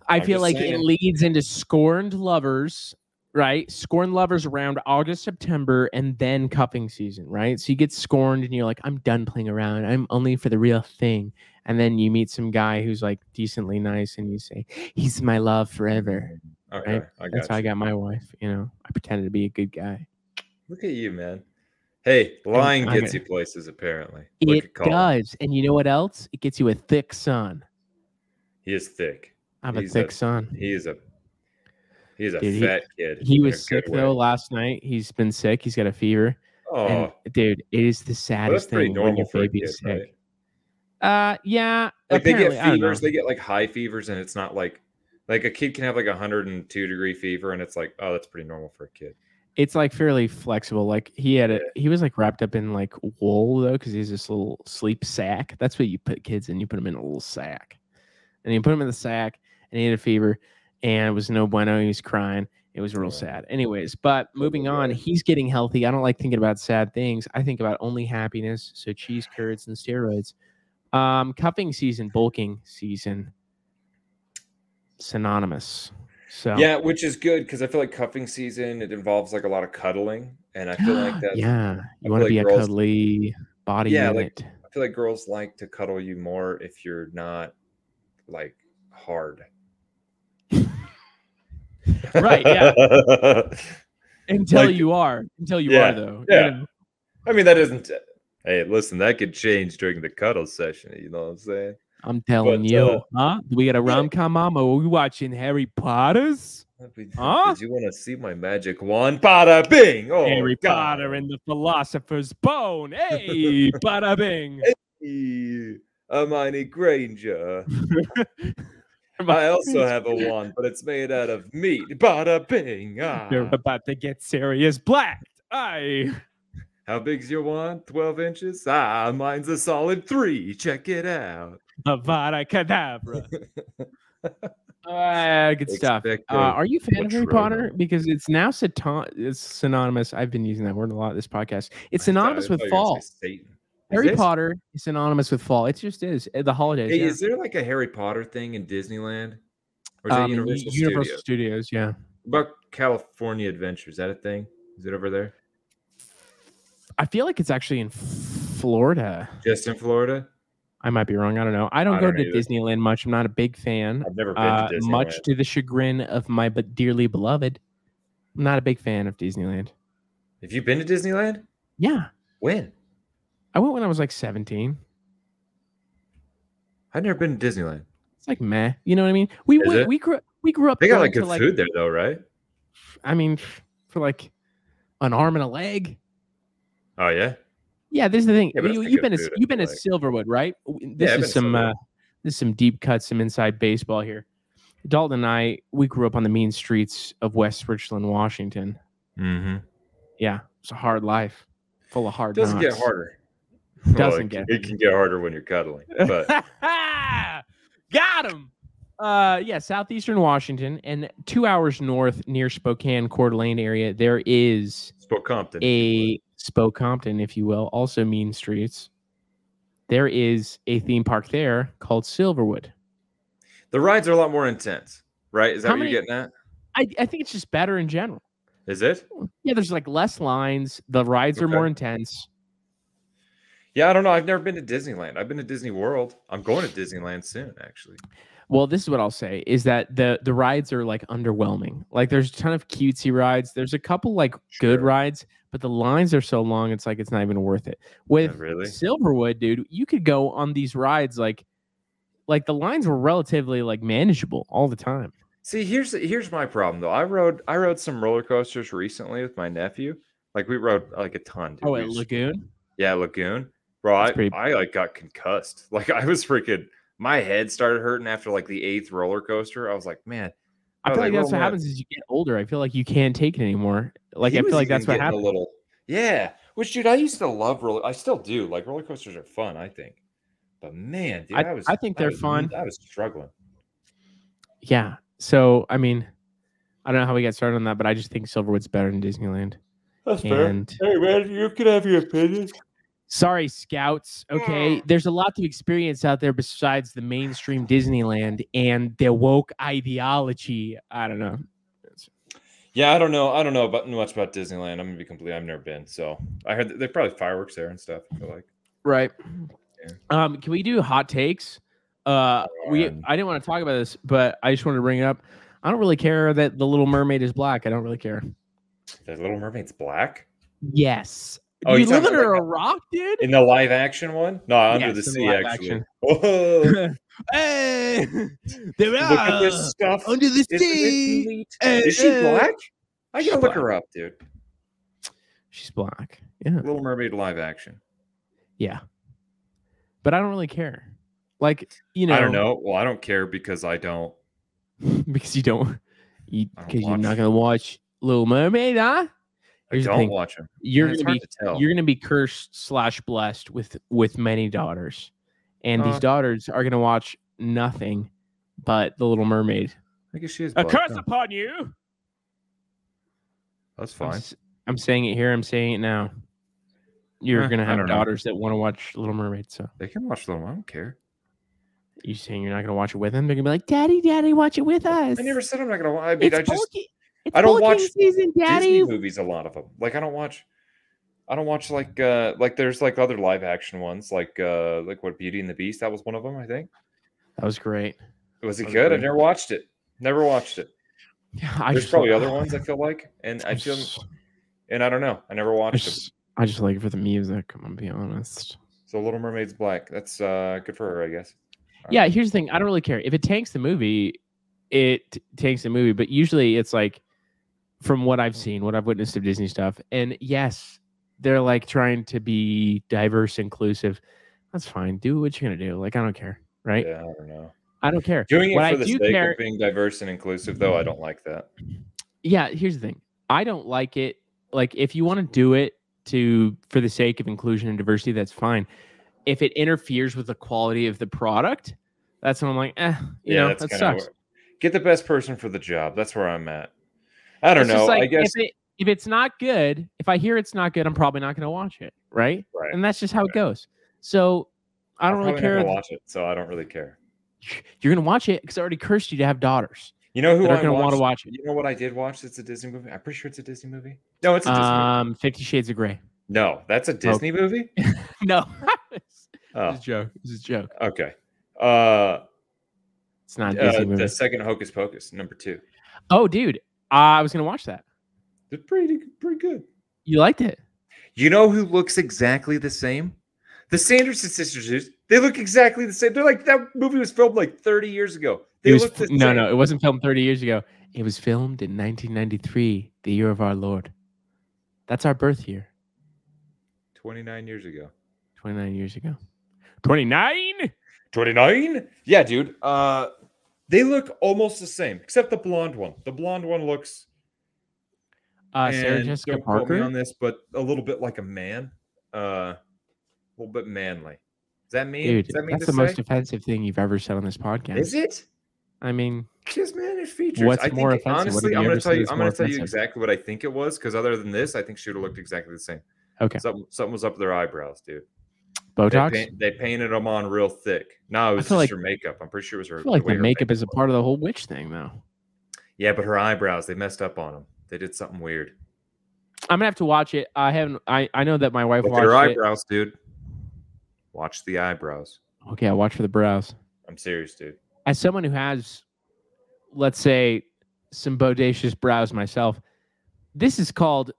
S1: I
S2: I'm
S1: feel
S2: just
S1: like it
S2: saying.
S1: leads into scorned lovers, right? Scorned lovers around August, September, and then cupping season, right? So you get scorned and you're like, I'm done playing around. I'm only for the real thing. And then you meet some guy who's like decently nice and you say, He's my love forever.
S2: Okay, I got
S1: That's how I
S2: you.
S1: got my wife. You know, I pretended to be a good guy.
S2: Look at you, man. Hey, lying
S1: I got-
S2: gets you places, apparently. Look
S1: It
S2: at Colin.
S1: does. And you know what else? It gets you a thick sun.
S2: He is thick.
S1: I'm a
S2: He's
S1: thick
S2: a-
S1: sun.
S2: He is a he is a
S1: Dude, he-
S2: fat kid.
S1: He
S2: in a
S1: was sick
S2: good way.
S1: though last night. He's been sick. He's got a fever.
S2: Oh,
S1: And dude, it is the saddest
S2: pretty
S1: thing when your
S2: normal for a
S1: baby is
S2: kid, right?
S1: sick. Uh, yeah.
S2: like they get
S1: apparently, I don't
S2: fevers,
S1: know.
S2: they get like high fevers, and it's not like like a kid can have like a hundred and two degree fever, and it's like, oh, that's pretty normal for a kid.
S1: It's like fairly flexible. Like he had a, he was like wrapped up in like wool though, because he's this little sleep sack. That's what you put kids in. You put them in a little sack, and you put him in the sack, and he had a fever, and it was no bueno. He was crying. It was real
S2: Yeah.
S1: sad. Anyways, but moving on,
S2: right.
S1: he's getting healthy. I don't like thinking about sad things. I think about only happiness. So cheese curds and steroids. Um, cupping season, bulking season, synonymous. So
S2: Yeah, which is good because I feel like cuffing season it involves like a lot of cuddling, and I
S1: (gasps)
S2: feel like that's
S1: yeah, you
S2: feel
S1: want to
S2: like
S1: be a
S2: girls-
S1: cuddly body
S2: Yeah, like-
S1: unit.
S2: I feel like girls like to cuddle you more if you're not like hard.
S1: Right,
S2: (laughs)
S1: yeah.
S2: I
S1: until
S2: like-
S1: you are, until you
S2: Yeah,
S1: are though.
S2: yeah.
S1: You know?
S2: mean, that isn't. uh, Hey, listen, that could change during the cuddle session. You know what I'm saying?
S1: I'm telling
S2: But,
S1: you,
S2: uh,
S1: huh? We got a
S2: yeah.
S1: rom com mama. Are we watching Harry Potter's?
S2: Did
S1: Huh?
S2: you want to see my magic wand? Bada bing! Oh,
S1: Harry
S2: God.
S1: Potter and the Philosopher's Bone.
S2: (laughs)
S1: Hey, bada bing.
S2: Hey,
S1: (laughs)
S2: Hermione Granger. I also have a wand, but it's made out of meat. Bada bing! Ah.
S1: You're about to get serious black. (laughs) I
S2: How big's your wand? 12 inches? Ah, mine's a solid three. Check it out. (laughs)
S1: Avada Kedavra. Uh, good stuff.
S2: Expecto
S1: Uh, are you a fan of Harry
S2: Patronum.
S1: Potter? Because it's now saton- it's synonymous. I've been using that word a lot this podcast. It's
S2: I thought- I
S1: synonymous with
S2: thought you were
S1: fall.
S2: gonna say Satan. Is
S1: Harry
S2: this-
S1: Potter is synonymous with fall. It just is. Uh, The holidays.
S2: Hey,
S1: yeah.
S2: is there like a Harry Potter thing in Disneyland? Or is
S1: Um,
S2: it
S1: in
S2: Universal,
S1: U- Universal
S2: Studios?
S1: Studios? Yeah.
S2: What about California Adventure? Is that a thing? Is it over there?
S1: I feel like it's actually in Florida.
S2: Just in Florida?
S1: I might be wrong. I don't know. I don't
S2: I
S1: go
S2: don't
S1: to
S2: either.
S1: Disneyland much. I'm not a big fan.
S2: I've never been
S1: Uh,
S2: to Disneyland.
S1: much to the chagrin of my but dearly beloved. I'm not a big fan of Disneyland.
S2: Have you been to Disneyland?
S1: Yeah.
S2: When?
S1: I went when I was like 17.
S2: I've never been to Disneyland.
S1: It's like meh. You know what I mean? We
S2: Is
S1: went,
S2: it?
S1: we grew we grew up
S2: They got
S1: going
S2: like
S1: to
S2: good food there though, right?
S1: I mean for like an arm and a leg.
S2: Oh yeah.
S1: Yeah, this is the thing.
S2: Yeah, but it's
S1: you,
S2: not
S1: you've
S2: good
S1: been a,
S2: food, I
S1: you've been
S2: feel
S1: at
S2: like.
S1: Silverwood, right? W- This
S2: I've been
S1: is
S2: to
S1: some
S2: Silverwood.
S1: uh, this is some deep cuts, some inside baseball here. Dalton and I we grew up on the mean streets of West Richland, Washington.
S2: Mm-hmm.
S1: Yeah, it's a hard life, full of hard.
S2: Doesn't get
S1: knocks.
S2: harder. (laughs)
S1: Doesn't
S2: it,
S1: get
S2: it can get harder when you're cuddling. But
S1: (laughs) Got him. Uh, yeah, southeastern Washington, and two hours north near Spokane, Coeur d'Alene area, there is
S2: Spokompton.
S1: a Spokompton, if you will, also mean streets. There is a theme park there called Silverwood.
S2: The rides are a lot more intense, right? Is that
S1: How
S2: what
S1: many-
S2: you're getting at?
S1: I, I think it's just better in general.
S2: Is it?
S1: Yeah, there's like less lines. The rides are
S2: Okay.
S1: more intense.
S2: Yeah, I don't know. I've never been to Disneyland. I've been to Disney World. I'm going to Disneyland soon, actually.
S1: Well, this is what I'll say is that the the rides are like underwhelming. Like there's a ton of cutesy rides. There's a couple like good
S2: Sure.
S1: rides, but the lines are so long. It's like it's not even worth it. With
S2: Oh, really?
S1: Silverwood, dude, you could go on these rides like like the lines were relatively like manageable all the time.
S2: See, here's here's my problem though. I rode I rode some roller coasters recently with my nephew. Like we rode like a ton. dude.
S1: Oh,
S2: We
S1: at
S2: just-
S1: Lagoon.
S2: yeah, Lagoon, bro. I,
S1: That's pretty-
S2: I like got concussed. (laughs) Like I was freaking. My head started hurting after like the eighth roller coaster. I was like, man,
S1: I
S2: Oh,
S1: feel
S2: they
S1: like
S2: were
S1: that's what
S2: one.
S1: happens as you get older. I feel like you can't take it anymore. Like
S2: he
S1: I feel
S2: was
S1: like that's
S2: even
S1: what
S2: getting
S1: happened.
S2: A little, yeah. Which, dude, I used to love roller. I still do. Like roller coasters are fun. I think. But man, dude,
S1: I-
S2: I, was.
S1: I think they're
S2: was-
S1: fun.
S2: I was struggling.
S1: Yeah. So I mean, I don't know how we got started on that, but I just think Silverwood's better than Disneyland.
S2: That's
S1: And-
S2: Hey man, you can have your opinion.
S1: Sorry, scouts. Okay. There's a lot to experience out there besides the mainstream Disneyland and the woke ideology. I don't know.
S2: Yeah, I don't know. I don't know about much about Disneyland. I'm gonna be completely. I've never been, so I heard that there's probably fireworks there and stuff. I feel like
S1: Right.
S2: Yeah.
S1: (clears throat) Um, can we do hot takes? Uh we
S2: Um,
S1: I didn't want to talk about this, but I just wanted to bring it up. I don't really care that the little mermaid is black. I don't really care.
S2: the Little Mermaid's black
S1: Yes.
S2: Oh,
S1: you
S2: you're
S1: live
S2: talking
S1: under
S2: about
S1: a rock, (laughs) dude?
S2: in the live action one. No, under
S1: Yes, in
S2: the
S1: the
S2: sea
S1: live
S2: actually.
S1: action.
S2: (laughs) Whoa!
S1: hey (laughs) there
S2: Look
S1: (laughs)
S2: at this stuff.
S1: under the
S2: Isn't it
S1: sea.
S2: neat?
S1: Eh,
S2: Is she
S1: eh.
S2: black? I
S1: She's
S2: gotta look
S1: black.
S2: her up, dude.
S1: She's black. Yeah.
S2: Little Mermaid live action.
S1: Yeah. But I don't really care. Like, you know,
S2: I don't know. Well, I don't care because I don't.
S1: (laughs) because you don't you
S2: I don't
S1: because you're
S2: watch.
S1: not gonna watch Little Mermaid, huh?
S2: I
S1: Here's the
S2: don't
S1: thing.
S2: watch them.
S1: You're
S2: it's
S1: gonna
S2: hard
S1: be
S2: to tell.
S1: you're gonna be cursed slash blessed with with many daughters, and these
S2: Uh.
S1: daughters are gonna watch nothing but The Little Mermaid.
S2: I guess she is.
S1: A
S2: black.
S1: curse
S2: Yeah,
S1: upon you!
S2: That's
S1: I'm,
S2: fine.
S1: s- I'm saying it here. I'm saying it now. You're
S2: Eh,
S1: gonna
S2: I
S1: have
S2: don't know.
S1: daughters that want to watch Little Mermaid. So
S2: They can watch Little. Mermaid, I don't care.
S1: you saying you're not gonna watch it with them? They're gonna be like, "Daddy, Daddy, watch it with us."
S2: I never said I'm not gonna watch. I mean,
S1: It's
S2: I just
S1: Polka- it's
S2: I don't
S1: Polka
S2: watch
S1: season, Daddy.
S2: Disney movies. A lot of them. Like I don't watch. I don't watch like uh like there's like other live action ones like uh like what Beauty and the Beast that was one of them I think.
S1: That was great. (laughs)
S2: Was it
S1: That's
S2: good?
S1: great.
S2: I've never watched it. Never watched it.
S1: Yeah, I
S2: There's
S1: just
S2: probably
S1: like- (laughs) (sighs)
S2: other ones I feel like, and I
S1: I'm
S2: feel
S1: s-
S2: and I don't know. I never
S1: I
S2: watched it.
S1: just, I just like it for the music. I'm gonna be honest.
S2: So Little Mermaid's black. That's uh good for her, I guess. All
S1: Yeah,
S2: right.
S1: here's the thing. I don't really care if it tanks the movie. It t- tanks the movie, but usually it's like, from what I've seen, what I've witnessed of Disney stuff, and yes, they're like trying to be diverse, inclusive. That's fine. Do what you're gonna do. Like I don't care, right?
S2: Yeah, I don't know.
S1: I don't care.
S2: Doing it
S1: What I
S2: for the
S1: do
S2: sake
S1: care-
S2: of being diverse and inclusive, though, I don't like that.
S1: yeah here's the thing i don't like it like if you want to do it to for the sake of inclusion and diversity that's fine if it interferes with the quality of the product that's when i'm like eh you
S2: yeah,
S1: know that
S2: kinda
S1: sucks
S2: where- Get the best person for the job. That's where I'm at. I don't
S1: It's
S2: know.
S1: just like,
S2: I guess
S1: if, it, if it's not good, if I hear it's not good, I'm probably not going to watch it, right?
S2: Right.
S1: And that's just how it goes. So I don't
S2: I'm
S1: really
S2: probably not
S1: care.
S2: gonna watch it, so I don't really care.
S1: (laughs) You're going to watch it because I already cursed you to have daughters
S2: You know who
S1: that are
S2: I
S1: going to want
S2: watched?
S1: to watch it.
S2: You know what I did watch? It's a Disney movie. I'm pretty sure it's a Disney movie. No, it's a Disney. movie.
S1: Um, Fifty Shades of Grey. (laughs)
S2: No, that's a Disney movie.
S1: No, (laughs) it's
S2: Oh,
S1: a joke. It's a joke.
S2: okay. Uh,
S1: It's not a Disney
S2: uh
S1: movie.
S2: the second Hocus Pocus, number two.
S1: Oh, dude, I was going to watch that.
S2: They're pretty, pretty good.
S1: You liked it.
S2: You know who looks exactly the same? The Sanderson sisters. dudes. They look exactly the same. They're like that movie was filmed like 30 years ago. They
S1: it was,
S2: look the
S1: f- no,
S2: same.
S1: no, it wasn't filmed 30 years ago. It was filmed in 1993, the year of our Lord. That's our birth year.
S2: 29 years ago.
S1: 29 years ago. 29?
S2: 29? Yeah, dude. Uh they look almost the same, except the blonde one. The blonde one looks
S1: Uh, Sarah
S2: and
S1: Jessica
S2: don't quote me on
S1: Parker.
S2: this, but a little bit like a man. Uh a little bit manly. Does that mean
S1: Dude,
S2: does that mean
S1: that's
S2: to
S1: the most
S2: say?
S1: offensive thing you've ever said on this podcast.
S2: is it?
S1: I mean,
S2: Kiss man, it features.
S1: What's
S2: I think
S1: more offensive? What have
S2: honestly, I'm
S1: you
S2: gonna
S1: ever
S2: tell
S1: seen
S2: you.
S1: that's
S2: I'm
S1: more
S2: gonna tell you
S1: offensive?
S2: exactly what I think it was, because other than this, I think she would have looked exactly the same.
S1: Okay.
S2: Something, something was up with their eyebrows, dude. They,
S1: Botox?
S2: paint- they painted them on real thick. No, it was
S1: feel like-
S2: just her makeup. I'm pretty sure it was her.
S1: I feel like
S2: way
S1: the
S2: her
S1: makeup is a
S2: was.
S1: part of the whole witch thing, though.
S2: Yeah, but her eyebrows, they messed up on them. They did something weird.
S1: I'm gonna have to watch it. I haven't. I, I know that my wife
S2: With
S1: watched
S2: their
S1: it.
S2: eyebrows, dude. Watch the eyebrows.
S1: Okay, I watch for the brows.
S2: I'm serious, dude.
S1: as someone who has, let's say, some bodacious brows myself, this is called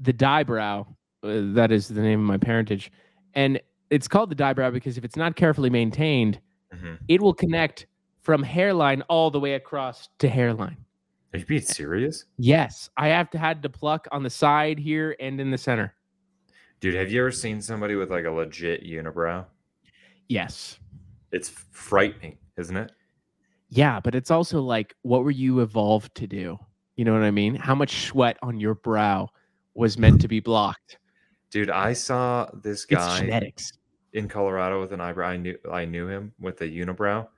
S1: the dye brow. Uh, that is the name of my parentage. And it's called the dye brow because if it's not carefully maintained,
S2: Mhm.
S1: it will connect from hairline all the way across to hairline.
S2: Are you being serious,
S1: Yes, I have to had to pluck on the side here and in the center.
S2: dude? Have you ever seen somebody with like a legit unibrow?
S1: Yes.
S2: It's frightening, isn't it?
S1: Yeah, but it's also like, what were you evolved to do? You know what I mean? How much sweat on your brow was meant to be blocked?
S2: Dude, I saw this
S1: It's
S2: guy
S1: genetics.
S2: in Colorado with an eyebrow. I knew I knew him with a unibrow,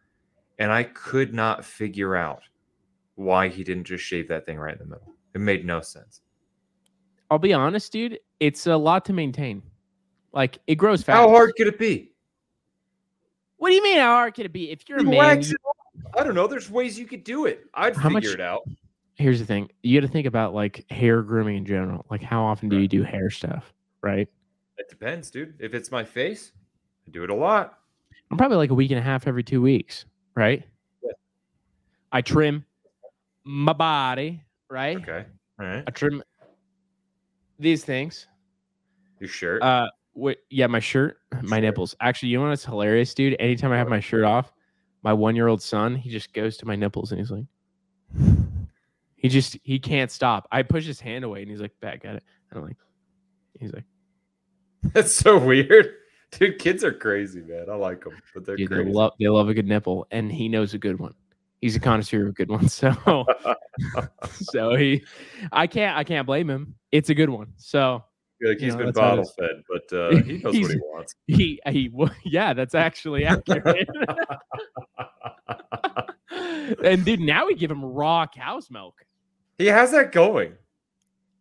S2: and I could not figure out why he didn't just shave that thing right in the middle. It made no sense.
S1: I'll be honest, dude. It's a lot to maintain. Like it grows fast.
S2: How hard could it be?
S1: What do you mean? How hard could it be? If you're a
S2: You
S1: man,
S2: wax
S1: you-
S2: it off. I don't know. There's ways you could do it. I'd
S1: How
S2: figure
S1: much-
S2: it out.
S1: here's the thing: you got to think about like hair grooming in general. Like how often do you do hair stuff? Right?
S2: It depends, dude. If it's my face, I do it a lot.
S1: I'm probably like a week and a half every two weeks. Right?
S2: Yeah.
S1: I trim my body. Right?
S2: Okay. All right.
S1: I trim these things.
S2: Your shirt.
S1: Uh, what? Yeah, my shirt, my
S2: Sure.
S1: nipples. Actually, you know what's hilarious, dude? Anytime I have my shirt off, my one-year-old son, he just goes to my nipples and he's
S2: (laughs)
S1: like, he just he can't stop. I push his hand away and he's like, back at it. And I'm like, he's like,
S2: (laughs) That's so weird. Dude, kids are crazy, man. I like them, but they're
S1: dude, they
S2: crazy.
S1: love they love a good nipple, and he knows a good one. He's a connoisseur of good ones, (laughs)
S2: (laughs)
S1: so so he, I can't I can't blame him. It's a good one, so
S2: You're like
S1: you
S2: he's
S1: know,
S2: been
S1: that's how it
S2: bottle
S1: is.
S2: fed, but uh,
S1: (laughs)
S2: he knows what he
S1: He's-
S2: wants.
S1: he he (laughs) wa- yeah, that's actually accurate. (laughs) and dude, now we give him raw cow's milk.
S2: He has that going.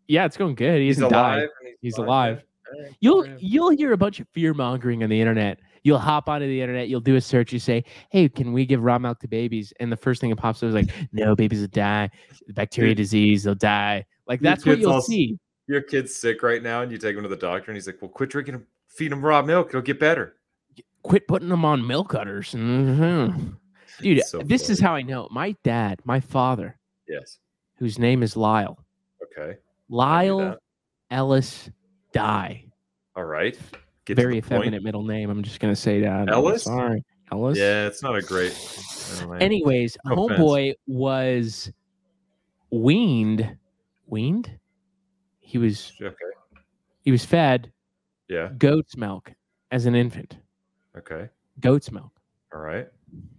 S1: Yeah, it's going good. He
S2: He's
S1: hasn't died.
S2: alive. and
S1: He's
S2: alive.
S1: alive.
S2: All right,
S1: You'll
S2: good for him.
S1: you'll hear a bunch of fear mongering on the internet. You'll hop onto the internet. You'll do a search. You say, "Hey, can we give raw milk to babies?" And the first thing that pops up is like, "No, babies will die. Bacteria
S2: Dude.
S1: disease. Theyll die." Like
S2: Dude,
S1: that's what
S2: kids
S1: you'll
S2: all-
S1: see.
S2: Your kid's sick right now, and you take him to the doctor, and he's like, "Well, quit drinking, him, feed him raw milk. It'll get better."
S1: Quit putting them on milk udders. Mhm. Dude,
S2: so
S1: this is
S2: funny.
S1: how I know. My dad, my father,
S2: Yes.
S1: whose name is Lyle,
S2: Okay.
S1: Lyle
S2: that.
S1: Ellis Die.
S2: All right. Get to
S1: Very
S2: the point.
S1: effeminate middle name. I'm just gonna say that. I'm
S2: Ellis?
S1: Sorry, Ellis.
S2: Yeah, it's not a great. never mind.
S1: Anyways,
S2: No offense.
S1: Homeboy was weaned. Weaned? He was
S2: Okay.
S1: he was fed
S2: Yeah.
S1: goat's milk as an infant.
S2: Okay.
S1: Goat's milk.
S2: All right.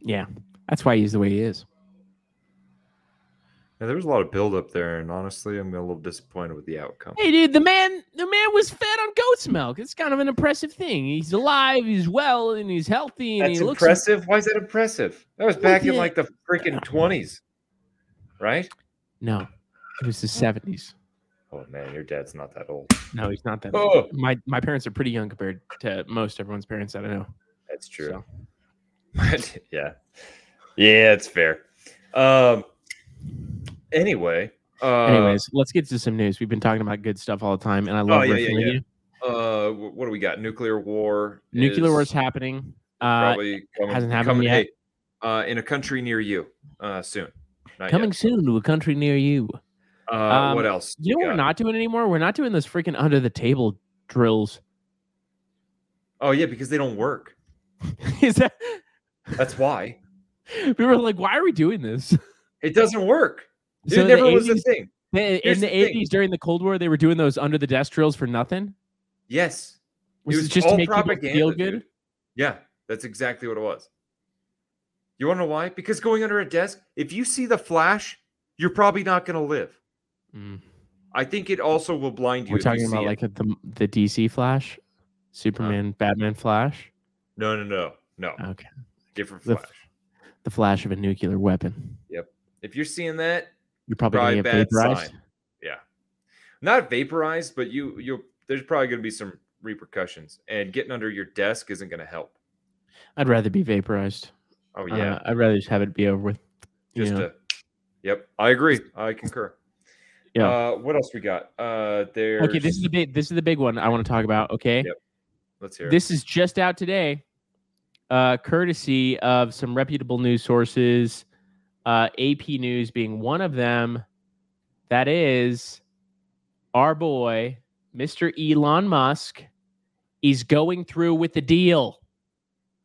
S1: Yeah. That's why he's the way he is.
S2: Yeah, there was a lot of buildup there, and honestly, I'm a little disappointed with the outcome.
S1: Hey dude, the man the man was fed on goat's milk. It's kind of an impressive thing. He's alive, he's well, and he's healthy, and
S2: That's
S1: he looks
S2: impressive. Why is that impressive? That was
S1: Look
S2: back in
S1: at-
S2: like the freaking 20s. right?
S1: No, it was the 70s.
S2: Oh man, your dad's not that old.
S1: No, he's not that. old.
S2: Oh,
S1: My my parents are pretty young compared to most everyone's parents that I know.
S2: that's true.
S1: So,
S2: But, (laughs) yeah. Yeah, it's fair. Um anyway, uh Oh,
S1: anyways, let's get to some news. We've been talking about good stuff all the time, and I love
S2: yeah, yeah,
S1: riffing with
S2: yeah.
S1: you.
S2: uh wh- what do we got? Nuclear war.
S1: Nuclear
S2: is
S1: war's happening. Uh,
S2: Probably coming,
S1: hasn't happened
S2: coming-
S1: yet.
S2: hey, uh in a country near you uh soon. Not
S1: coming
S2: yet.
S1: soon to a country near you.
S2: Uh
S1: Um,
S2: what else?
S1: You know
S2: we
S1: what we're
S2: got?
S1: not doing anymore? We're not doing those freaking under the table drills. (laughs)
S2: Oh yeah, because they don't work.
S1: Is that
S2: That's why.
S1: we were like, why are we doing this?
S2: It doesn't work.
S1: (laughs)
S2: Dude,
S1: So
S2: it
S1: in
S2: never
S1: the
S2: was a
S1: 80s
S2: thing.
S1: They-
S2: Here's
S1: in
S2: the
S1: the
S2: thing.
S1: eighties during the Cold War, they were doing those under the desk drills for nothing.
S2: Yes.
S1: Was
S2: it
S1: it,
S2: was
S1: just
S2: all
S1: to make people
S2: propaganda,
S1: feel good?
S2: dude. Yeah, that's exactly what it was. You want to know why? Because going under a desk, if you see the flash, you're probably not going to live.
S1: Mm.
S2: I think it also will blind you.
S1: We're
S2: if you
S1: talking
S2: see
S1: about
S2: it. Uh.
S1: like the the DC Flash, Superman, Batman Flash,
S2: no, no, no, no,
S1: okay,
S2: different
S1: uh, the
S2: flash.
S1: f- the flash of a nuclear weapon.
S2: if you're seeing that,
S1: You're probably
S2: Probably
S1: gonna get
S2: bad sign.
S1: vaporized.
S2: not vaporized, but you, you, will there's probably going to be some repercussions, and getting under your desk isn't going to help.
S1: I'd rather be vaporized.
S2: Oh
S1: Uh,
S2: yeah,
S1: I'd rather just have it be over with. you
S2: just
S1: know.
S2: a, yep, I agree, I concur.
S1: Yeah.
S2: Uh, what else we got? Uh, there.
S1: okay, this is the big this is the big one I want to talk about. Okay,
S2: Yep, Let's hear. it.
S1: this is just out today, uh, courtesy of some reputable news sources, uh, AP News being one of them. That is our boy, Mr. Elon Musk, is going through with the deal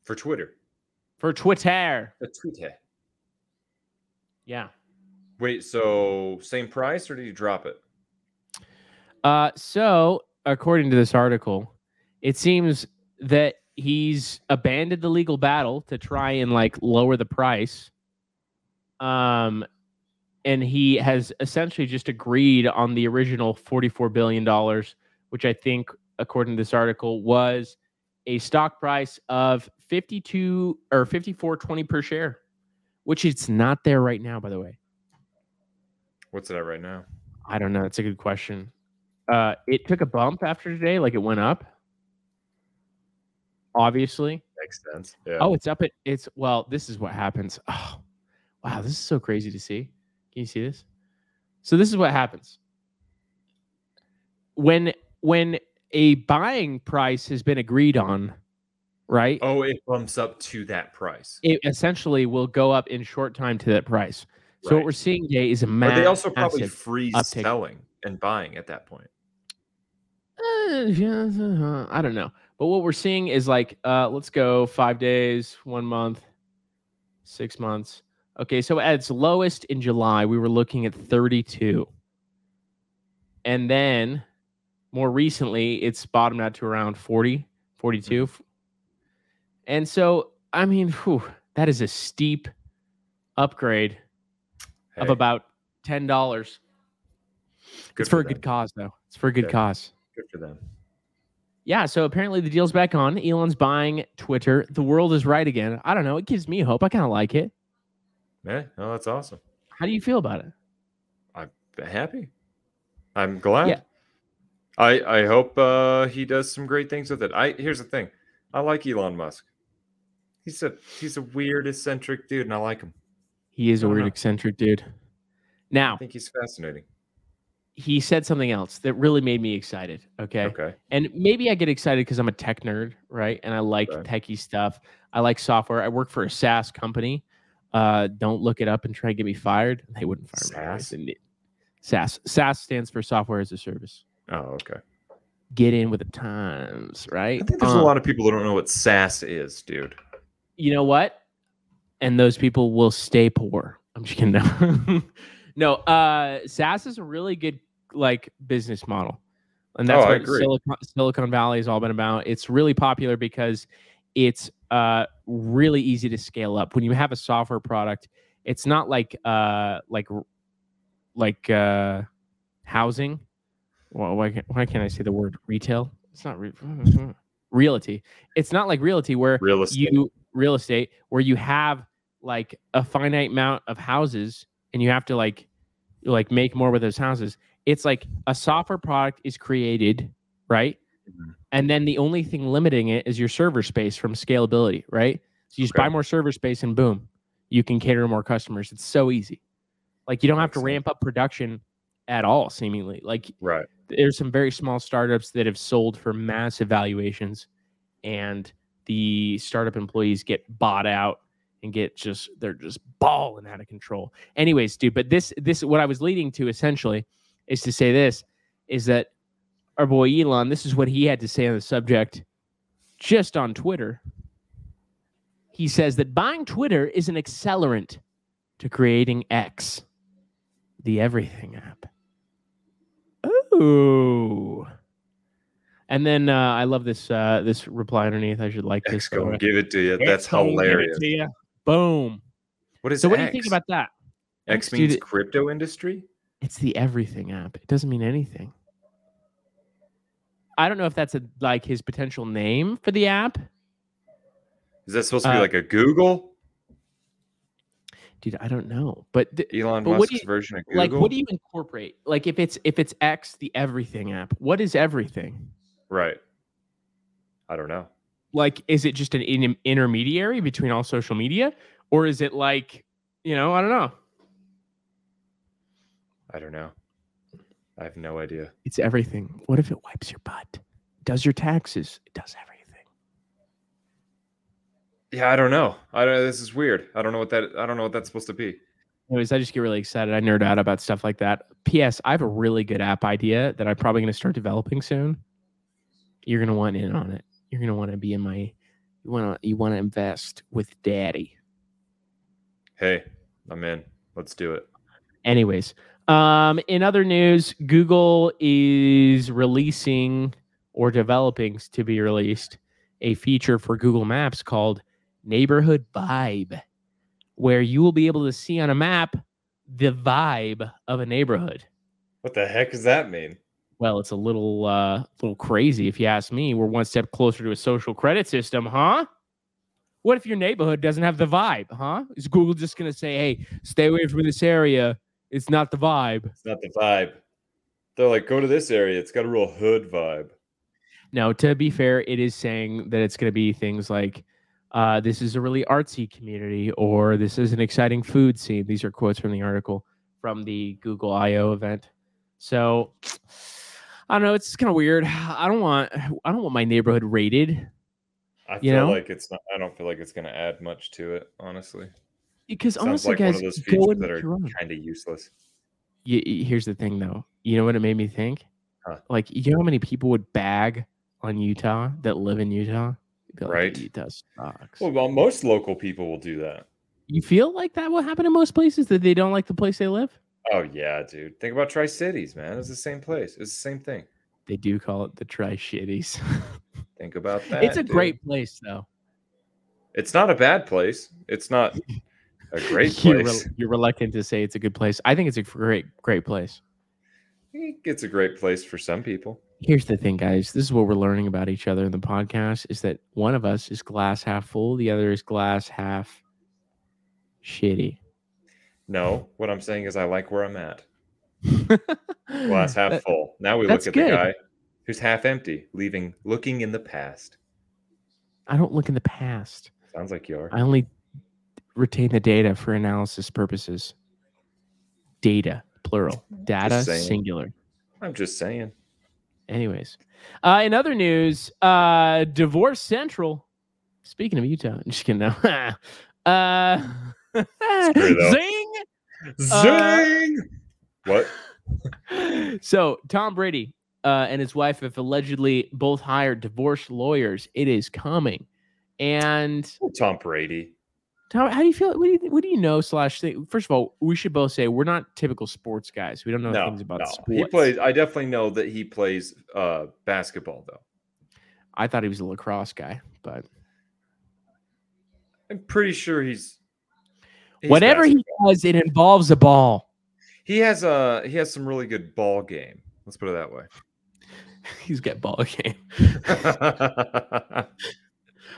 S2: for Twitter.
S1: for Twitter.
S2: The Twitter.
S1: Yeah.
S2: Wait, so same price or did you drop it?
S1: Uh, so, according to this article, it seems that he's abandoned the legal battle to try and like lower the price. Um, and he has essentially just agreed on the original $44 billion, which I think, according to this article, was a stock price of 52 or 54.20 per share, which it's not there right now, by the way.
S2: What's it at right now?
S1: I don't know. That's a good question. Uh, it took a bump after today, like it went up. Obviously.
S2: Makes sense. Yeah.
S1: Oh, it's up at it's well, this is what happens. (sighs) Oh wow, this is so crazy to see. Can you see this? So this is what happens. When when a buying price has been agreed on, right?
S2: Oh, it bumps up to that price.
S1: It essentially will go up in short time to that price. So what
S2: Right.
S1: we're seeing today is a
S2: But
S1: massive.
S2: they also probably freeze
S1: uptick.
S2: selling and buying at that point.
S1: Uh, yeah, uh, I don't know. But what we're seeing is like, uh, let's go five days, one month, six months. Okay, so at its lowest in July, we were looking at 32. And then more recently, it's bottomed out to around 40, 42. And so, I mean, whew, that is a steep upgrade of
S2: Hey,
S1: about $10.
S2: good
S1: it's for, a
S2: them.
S1: good cause, though. It's for a good
S2: Yeah.
S1: cause.
S2: Good for them.
S1: Yeah, so apparently the deal's back on. Elon's buying Twitter. The world is right again. I don't know. It gives me hope. I kind of like it.
S2: Yeah, no, that's awesome.
S1: How do you feel about it?
S2: But happy. I'm glad.
S1: Yeah.
S2: I I hope uh, he does some great things with it. I here's the thing. I like Elon Musk. He's a he's a weird eccentric dude, and I like him.
S1: He is a
S2: I don't
S1: weird,
S2: know.
S1: eccentric dude.
S2: I
S1: Now,
S2: think he's fascinating.
S1: he said something else that really made me excited. Okay.
S2: Okay.
S1: And maybe I get excited because I'm a tech nerd, right? And I like
S2: Okay.
S1: techie stuff. I like software. I work for a SaaS company. Uh, don't look it up and try to get me fired. They wouldn't fire
S2: SaaS?
S1: me. anyways. SaaS. SaaS stands for software as a service.
S2: Oh, okay.
S1: Get in with the times, right?
S2: I think there's
S1: Um,
S2: a lot of people that don't know what SaaS is, dude.
S1: you know what? And those people will stay poor. I'm just kidding. (laughs) No, no uh, SaaS is a really good like business model, and that's
S2: Oh, I
S1: what
S2: agree.
S1: Silicon, Silicon Valley has all been about. It's really popular because it's uh, really easy to scale up. When you have a software product, it's not like uh, like like uh, housing. Well, why can't, why can't I say the word retail? It's not re- (laughs) realty. It's not like realty where
S2: Real estate.
S1: you real estate where you have like a finite amount of houses and you have to like like make more with those houses. It's like a software product is created, right?
S2: Mhm.
S1: And then the only thing limiting it is your server space from scalability, right? So you just buy
S2: Okay.
S1: more server space and boom, you can cater to more customers. It's so easy. Like you don't have to
S2: Excellent.
S1: ramp up production at all, seemingly. Like (laughs)
S2: Right.
S1: there's some very small startups that have sold for massive valuations and the startup employees get bought out and get just they're just balling out of control anyways dude but this this what i was leading to essentially is to say this is that our boy elon this is what he had to say on the subject just on twitter he says that buying twitter is an accelerant to creating x the everything app Ooh. And then uh, I love this uh, this reply underneath. I should like this.
S2: X
S1: by the
S2: gonna
S1: way.
S2: give it to you. That's
S1: X gonna give it
S2: hilarious.
S1: to ya. Boom.
S2: What is
S1: so what do you
S2: X?
S1: think about that? X,
S2: X
S1: dude,
S2: means
S1: it-
S2: crypto industry?
S1: It's the everything app. It doesn't mean anything. I don't know if that's a, like his potential name for the app,
S2: Is that supposed to be
S1: Uh,
S2: like a Google?
S1: dude. I don't know, but th-
S2: Elon
S1: but what
S2: Musk's
S1: do you-
S2: version of Google?
S1: like, what do you incorporate? Like, if it's if it's X, the everything app. What is everything?
S2: Right. I don't know.
S1: like is it just an in- intermediary between all social media or is it like you know i don't know
S2: I don't know. I have no idea.
S1: it's everything what if it wipes your butt does your taxes it does everything
S2: Yeah, I don't know. I don't. This is weird. I don't know what that. I don't know what that's supposed to be.
S1: anyways i just get really excited i nerd out about stuff like that ps i have a really good app idea that i'm probably going to start developing soon you're going to want in on it you're going to want to be in my you want to you want to invest with daddy
S2: Hey, I'm in. Let's do it.
S1: Anyways, um, in other news, Google is releasing or developing to be released a feature for Google Maps called Neighborhood Vibe, where you will be able to see on a map the vibe of a neighborhood.
S2: What the heck does that mean?
S1: Well, it's a little, uh, little crazy if you ask me. We're one step closer to a social credit system, huh? What if your neighborhood doesn't have the vibe, huh? Is Google just gonna say, "Hey, stay away from this area. It's not the vibe."
S2: It's not the vibe. They're like, go to this area. It's got a real hood vibe.
S1: No, to be fair, it is saying that it's going to be things like uh, this is a really artsy community or this is an exciting food scene. These are quotes from the article from the Google I/O event. So I don't know. It's kind of weird. I don't want I don't want my neighborhood rated
S2: I feel
S1: You know?
S2: like it's not. I don't feel like it's going to add much to it. Honestly,
S1: because
S2: sounds
S1: honestly,
S2: like
S1: guys,
S2: one of those
S1: go
S2: features
S1: and
S2: that are
S1: make your own.
S2: kind of useless.
S1: Y- y- here's the thing though. You know what it made me think?
S2: Huh.
S1: Like, you know how many people would bag on Utah that live in Utah? Be like,
S2: Right.
S1: Utah sucks.
S2: Well, well, most local people will do that.
S1: You feel like that will happen in most places that they don't like the place they live?
S2: Oh yeah, dude. Think about Tri Cities, man. It's the same place. It's the same thing.
S1: They do call it the Tri Shitties.
S2: Think about
S1: (laughs)
S2: that.
S1: it's a
S2: dude.
S1: great place, though.
S2: It's not a bad place.
S1: (laughs)
S2: It's not a great
S1: You're, re-
S2: place. (laughs)
S1: you're reluctant to say it's a good place. I think it's a great, great place.
S2: It's a great place for some people.
S1: Here's the thing, guys. This is what we're learning about each other in the podcast is that one of us is glass half full, the other is glass half shitty.
S2: No, what I'm saying is I like where I'm at.
S1: glass
S2: Glass
S1: (gasps)
S2: half full. Now we
S1: Hmm, that's
S2: look at
S1: good.
S2: the guy who's half empty, leaving looking in the past.
S1: I don't look in the past.
S2: Sounds like you are.
S1: I only retain the data for analysis purposes. Data, plural. Data,
S2: saying.
S1: singular.
S2: I'm just saying.
S1: Anyways, uh, in other news, uh, Divorce Central. Speaking of Utah, (laughs) I'm just kidding. No. (laughs) uh,
S2: Screw that.
S1: zing. Uh,
S2: Zing! What?
S1: So Tom Brady uh, and his wife have allegedly both hired divorce lawyers. It is coming, and
S2: Oh, Tom Brady.
S1: Tom, how do you feel? What do you, what do you know? Slash, think? first of all, we should both say we're not typical sports guys. We don't know
S2: No,
S1: things about
S2: no.
S1: sports.
S2: He plays. I definitely know that he plays uh, basketball, though.
S1: I thought he was a lacrosse guy, but
S2: I'm pretty sure he's. he's
S1: whatever
S2: basketball.
S1: he does, it involves a ball. (laughs)
S2: He has uh he has some really good ball game. Let's put it that
S1: He's got ball game. (laughs)
S2: way.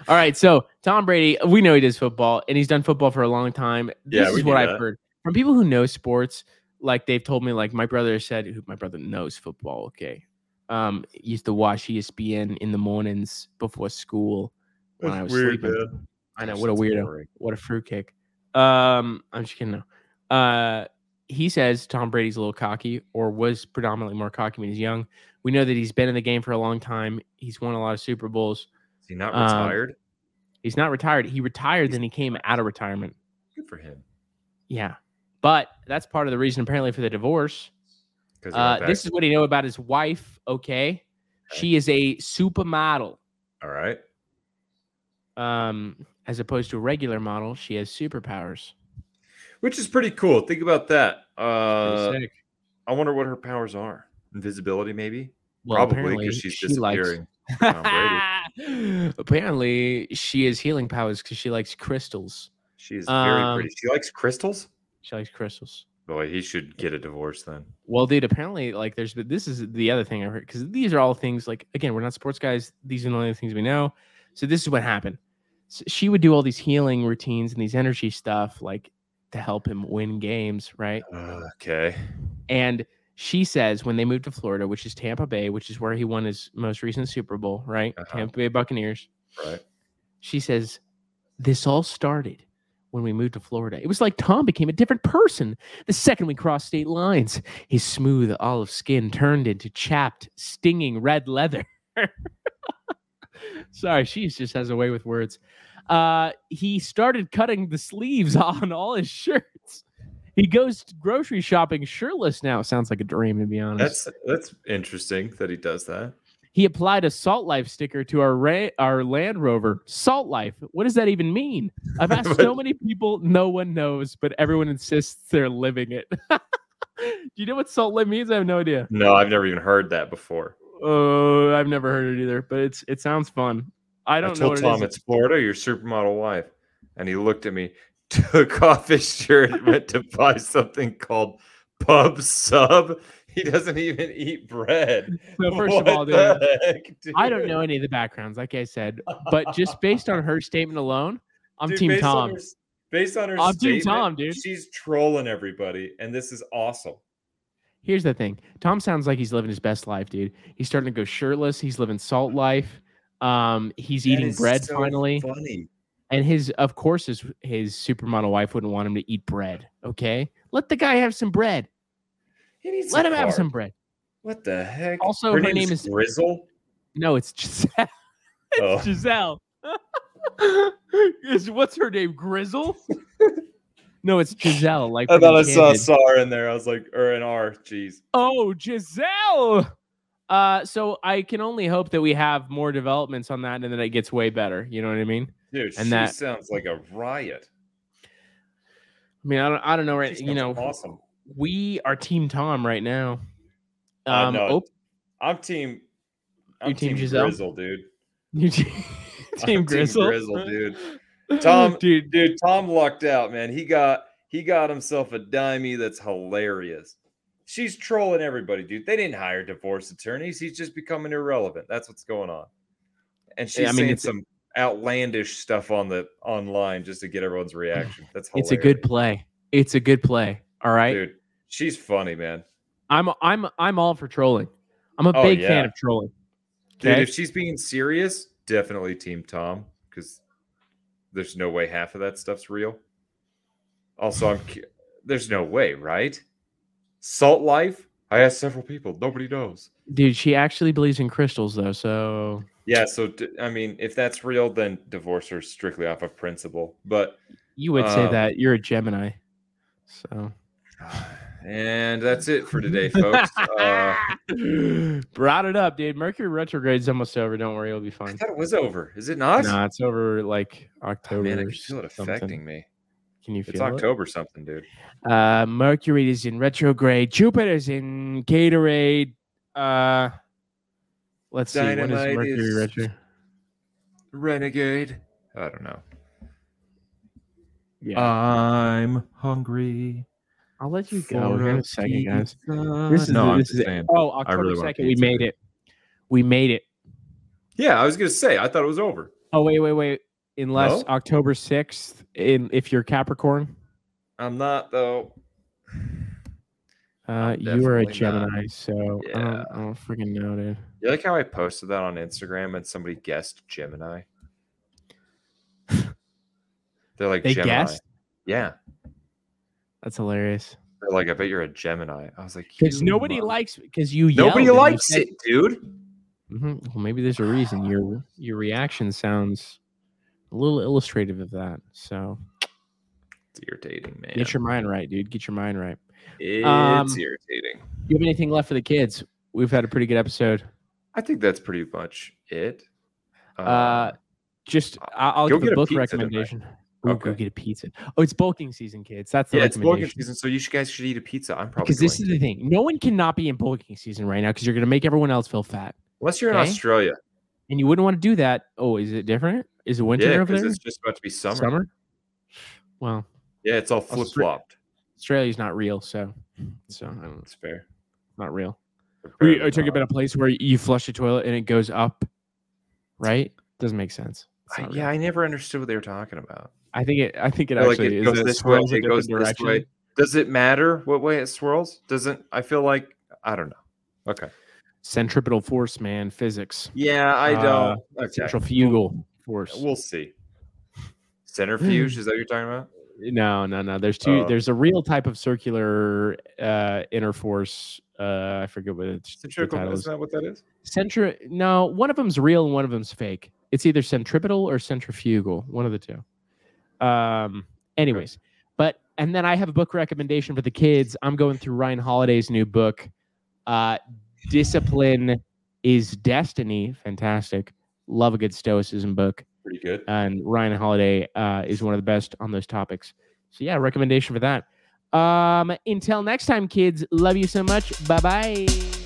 S1: All right, so Tom Brady, we know he does football, and he's done football for a long time. This
S2: Yeah, we
S1: is
S2: knew
S1: what I've
S2: that.
S1: heard. from people who know sports, like they've told me, like my brother said, who my brother knows football, okay. Um, used to watch ESPN in the mornings before school when I was sleeping.
S2: man.
S1: I know,
S2: Gosh,
S1: what a
S2: that's
S1: weirdo.
S2: boring.
S1: What a fruitcake. Um, I'm just kidding. No. Uh, he says Tom Brady's a little cocky, or was predominantly more cocky when he's young. We know that he's been in the game for a long time. He's won a lot of Super Bowls.
S2: Is he not
S1: Um,
S2: retired?
S1: He's not retired. He retired, then he came out of retirement.
S2: Good for him.
S1: Yeah, but that's part of the reason apparently for the divorce.
S2: Because
S1: Uh, this is what he know about his wife. Okay, she is a supermodel.
S2: all right.
S1: Um, as opposed to a regular model, she has superpowers.
S2: Which is pretty cool. Think about that.
S1: Pretty
S2: Uh,
S1: sick.
S2: I wonder what her powers are. Invisibility, maybe.
S1: Well,
S2: Probably
S1: apparently
S2: because she's
S1: she likes (laughs)
S2: disappearing. Tom
S1: Apparently, she has healing powers because she likes crystals.
S2: She is very
S1: Um,
S2: pretty. She likes crystals.
S1: She likes crystals.
S2: Boy, he should get a divorce then.
S1: Well, dude, apparently, like, there's but this is the other thing I heard because these are all things like again, we're not sports guys. These are the only things we know. So this is what happened. S she would do all these healing routines and these energy stuff, like to help him win games, right?
S2: okay.
S1: And she says when they moved to Florida, which is Tampa Bay, which is where he won his most recent Super Bowl, right?
S2: Uh-huh.
S1: Tampa Bay Buccaneers.
S2: Right.
S1: She says, This all started when we moved to Florida. It was like Tom became a different person the second we crossed state lines. His smooth olive skin turned into chapped, stinging red leather. (laughs) Sorry, she just has a way with words. Uh, he started cutting the sleeves (laughs) on all his shirts. He goes grocery shopping shirtless now. Sounds like a dream, to be honest.
S2: That's that's interesting that he does that.
S1: He applied a Salt Life sticker to our ra- our Land Rover. Salt Life. What does that even mean? I've asked so many people, no one knows, but everyone insists they're living it. (laughs) Do you know what salt life means? I have no idea.
S2: No, I've never even heard that before.
S1: Oh, I've never heard it either, but it's it sounds fun. I don't know what
S2: told Tom
S1: it is.
S2: it's Florida, your supermodel wife. And he looked at me, (laughs) took off his shirt, (laughs) and went to buy something called Pub Sub. He doesn't even eat
S1: (laughs)
S2: bread.
S1: So
S2: (laughs)
S1: first
S2: What
S1: of all, dude,
S2: the heck,
S1: (laughs) I don't
S2: dude?
S1: know any of the backgrounds, like I said, but just based on her statement alone, I'm
S2: Dude,
S1: Team
S2: based on
S1: Tom.
S2: her s- based on her
S1: I'm Team
S2: statement,
S1: Tom, dude.
S2: she's trolling everybody, and this is awesome.
S1: Here's the thing. Tom sounds like he's living his best life, dude. He's starting to go shirtless. He's living salt life. Um, he's
S2: That
S1: eating
S2: is
S1: bread
S2: so
S1: finally.
S2: Funny.
S1: And his, of course, his his supermodel wife wouldn't want him to eat bread. Okay, let the guy have some bread.
S2: He needs
S1: let him have
S2: carb.
S1: some bread.
S2: What the heck?
S1: Also, her name is-
S2: Grizzle.
S1: No, it's Giselle. (laughs)
S2: Oh.
S1: Giselle. (laughs) Is- what's her name?
S2: (laughs)
S1: Grizzle. no, it's Giselle. Like
S2: I
S1: from
S2: thought I saw a
S1: Enchanted.
S2: SAR in there. I was like, or an R. Jeez.
S1: Oh, Giselle. Uh, so I can only hope that we have more developments on that and that it gets way better. You know what I mean?
S2: Dude,
S1: And
S2: she
S1: that-
S2: sounds like a riot.
S1: I mean, I don't, I don't know.
S2: She
S1: Right, you
S2: sounds
S1: know,
S2: awesome.
S1: we are Team Tom right now.
S2: I
S1: Um,
S2: know.
S1: oh, (laughs)
S2: I'm team. I'm
S1: team
S2: team,
S1: Giselle?
S2: Grizzle, dude.
S1: you
S2: (laughs)
S1: team,
S2: I'm
S1: team
S2: Team
S1: Grizzle, (laughs)
S2: Grizzle, dude. Tom-
S1: dude,
S2: Dude, Tom lucked out, man. He got he got himself a dimey that's hilarious. She's trolling everybody, dude. They didn't hire divorce attorneys. He's just becoming irrelevant. That's what's going on. And she's
S1: Yeah, I mean,
S2: saying
S1: it's a-
S2: some outlandish stuff on the online just to get everyone's reaction. That's hilarious.
S1: it's a good play. It's a good play. All right,
S2: dude. She's funny, man.
S1: I'm, I'm, I'm all for trolling. I'm a
S2: Oh,
S1: big
S2: yeah.
S1: fan of trolling.
S2: Dude,
S1: Okay?
S2: if she's being serious, definitely Team Tom because there's no way half of that stuff's real. Also, I'm cu- there's no way, right? Salt Life. I asked several people. Nobody knows.
S1: Dude, she actually believes in crystals though, so
S2: Yeah, so d- I mean, if that's real, then divorce her strictly off of principle. But (sighs)
S1: you would say
S2: Um,
S1: that you're a Gemini. So.
S2: and that's it for
S1: (laughs)
S2: today, folks. Uh,
S1: (gasps) Brought it up, dude. Mercury retrograde's almost over. Don't worry, it'll be
S2: I
S1: fine.
S2: thought it was over. Is it not?
S1: Nah, it's over like
S2: Oh,
S1: October.
S2: man, I
S1: or
S2: can feel it
S1: something.
S2: affecting me.
S1: Can you feel
S2: It's
S1: it?
S2: October something, dude.
S1: Uh, Mercury is in retrograde. Jupiter's in Gatorade. Uh, let's see. When is
S2: Dynamite
S1: Mercury
S2: is-
S1: retro?
S2: Renegade. I don't know. Uh,
S1: Yeah,
S2: I'm hungry.
S1: I'll let you go here in a second, guys. This is
S2: no,
S1: the-
S2: I'm
S1: this
S2: just
S1: is it.
S2: saying.
S1: Oh,
S2: I really
S1: October
S2: want
S1: second. We
S2: pizza.
S1: made it. We made it.
S2: Yeah, I was gonna say. I thought it was over.
S1: Oh wait, wait, wait. Unless
S2: No?
S1: October sixth, in if you're Capricorn.
S2: I'm not though.
S1: Uh, you were a
S2: definitely not.
S1: Gemini, so I, don't, I don't freaking know, dude.
S2: You like how I posted that on Instagram and somebody
S1: (laughs)
S2: guessed Gemini? They're like
S1: They
S2: Gemini.
S1: guessed.
S2: Yeah.
S1: That's hilarious.
S2: They're like, I bet you're a Gemini. I was like,
S1: Because
S2: "You
S1: nobody
S2: mother-
S1: likes because you.
S2: Nobody likes it, dude.
S1: hmm Well, maybe there's a reason your your reaction sounds a little illustrative of that. So
S2: It's irritating, man.
S1: get your mind right, dude. Get your mind right.
S2: it's
S1: um,
S2: irritating.
S1: You have anything left for the kids? We've had a pretty good episode.
S2: I think that's pretty much it. Uh,
S1: Uh, just I- I'll
S2: go
S1: give
S2: get
S1: a
S2: a
S1: book
S2: pizza tonight.
S1: recommendation. Ooh, Go
S2: Okay.
S1: get a pizza. Oh, it's bulking season, kids. That's the
S2: yeah, it's
S1: recommendation.
S2: bulking season, so you should- guys should eat a pizza. I'm probably
S1: because this is
S2: going
S1: the
S2: to.
S1: thing. No one cannot be in bulking season right now because you're going to make everyone else feel fat,
S2: unless you're in
S1: Okay.
S2: Australia.
S1: and you wouldn't want to do that. Oh, is it different? Is it winter
S2: yeah,
S1: over
S2: because
S1: there?
S2: it's just about to be summer.
S1: Well,
S2: Yeah, it's all flip flopped.
S1: Australia's not real, so so I don't,
S2: It's fair.
S1: it's not real.
S2: Apparently
S1: I took
S2: not.
S1: it in a place where you flush the toilet and it goes up, right? Doesn't make sense. It's
S2: I-
S1: not
S2: yeah,
S1: real.
S2: I never understood what they were talking about.
S1: I think it. I think it
S2: They're like,
S1: actually
S2: it
S1: is
S2: goes
S1: that it
S2: this way,
S1: swirls a
S2: it goes
S1: different
S2: this way.
S1: direction.
S2: Does it matter what way it swirls? Doesn't I feel like I don't know. Okay.
S1: Centripetal force, man. Physics.
S2: Yeah, I
S1: Uh,
S2: don't. okay.
S1: Centrifugal force. Hmm.
S2: We'll see. Centrifuge is that what you're talking about?
S1: No, no, no. There's two.
S2: Oh.
S1: there's a real type of circular uh, inner force. Uh, I forget what it's the
S2: Centrifugal
S1: title
S2: isn't
S1: is.
S2: that what that is?
S1: Centri. No, one of them's real and one of them's fake. It's either centripetal or centrifugal. One of the two. Um. Anyways, but and then I have a book recommendation for the kids. I'm going through Ryan Holiday's new book, uh, "Discipline Is Destiny." Fantastic. Love a good stoicism book
S2: Pretty good.
S1: and Ryan Holiday uh, is one of the best on those topics. So yeah, recommendation for that. Um, until next time, kids. Love you so much. Bye bye.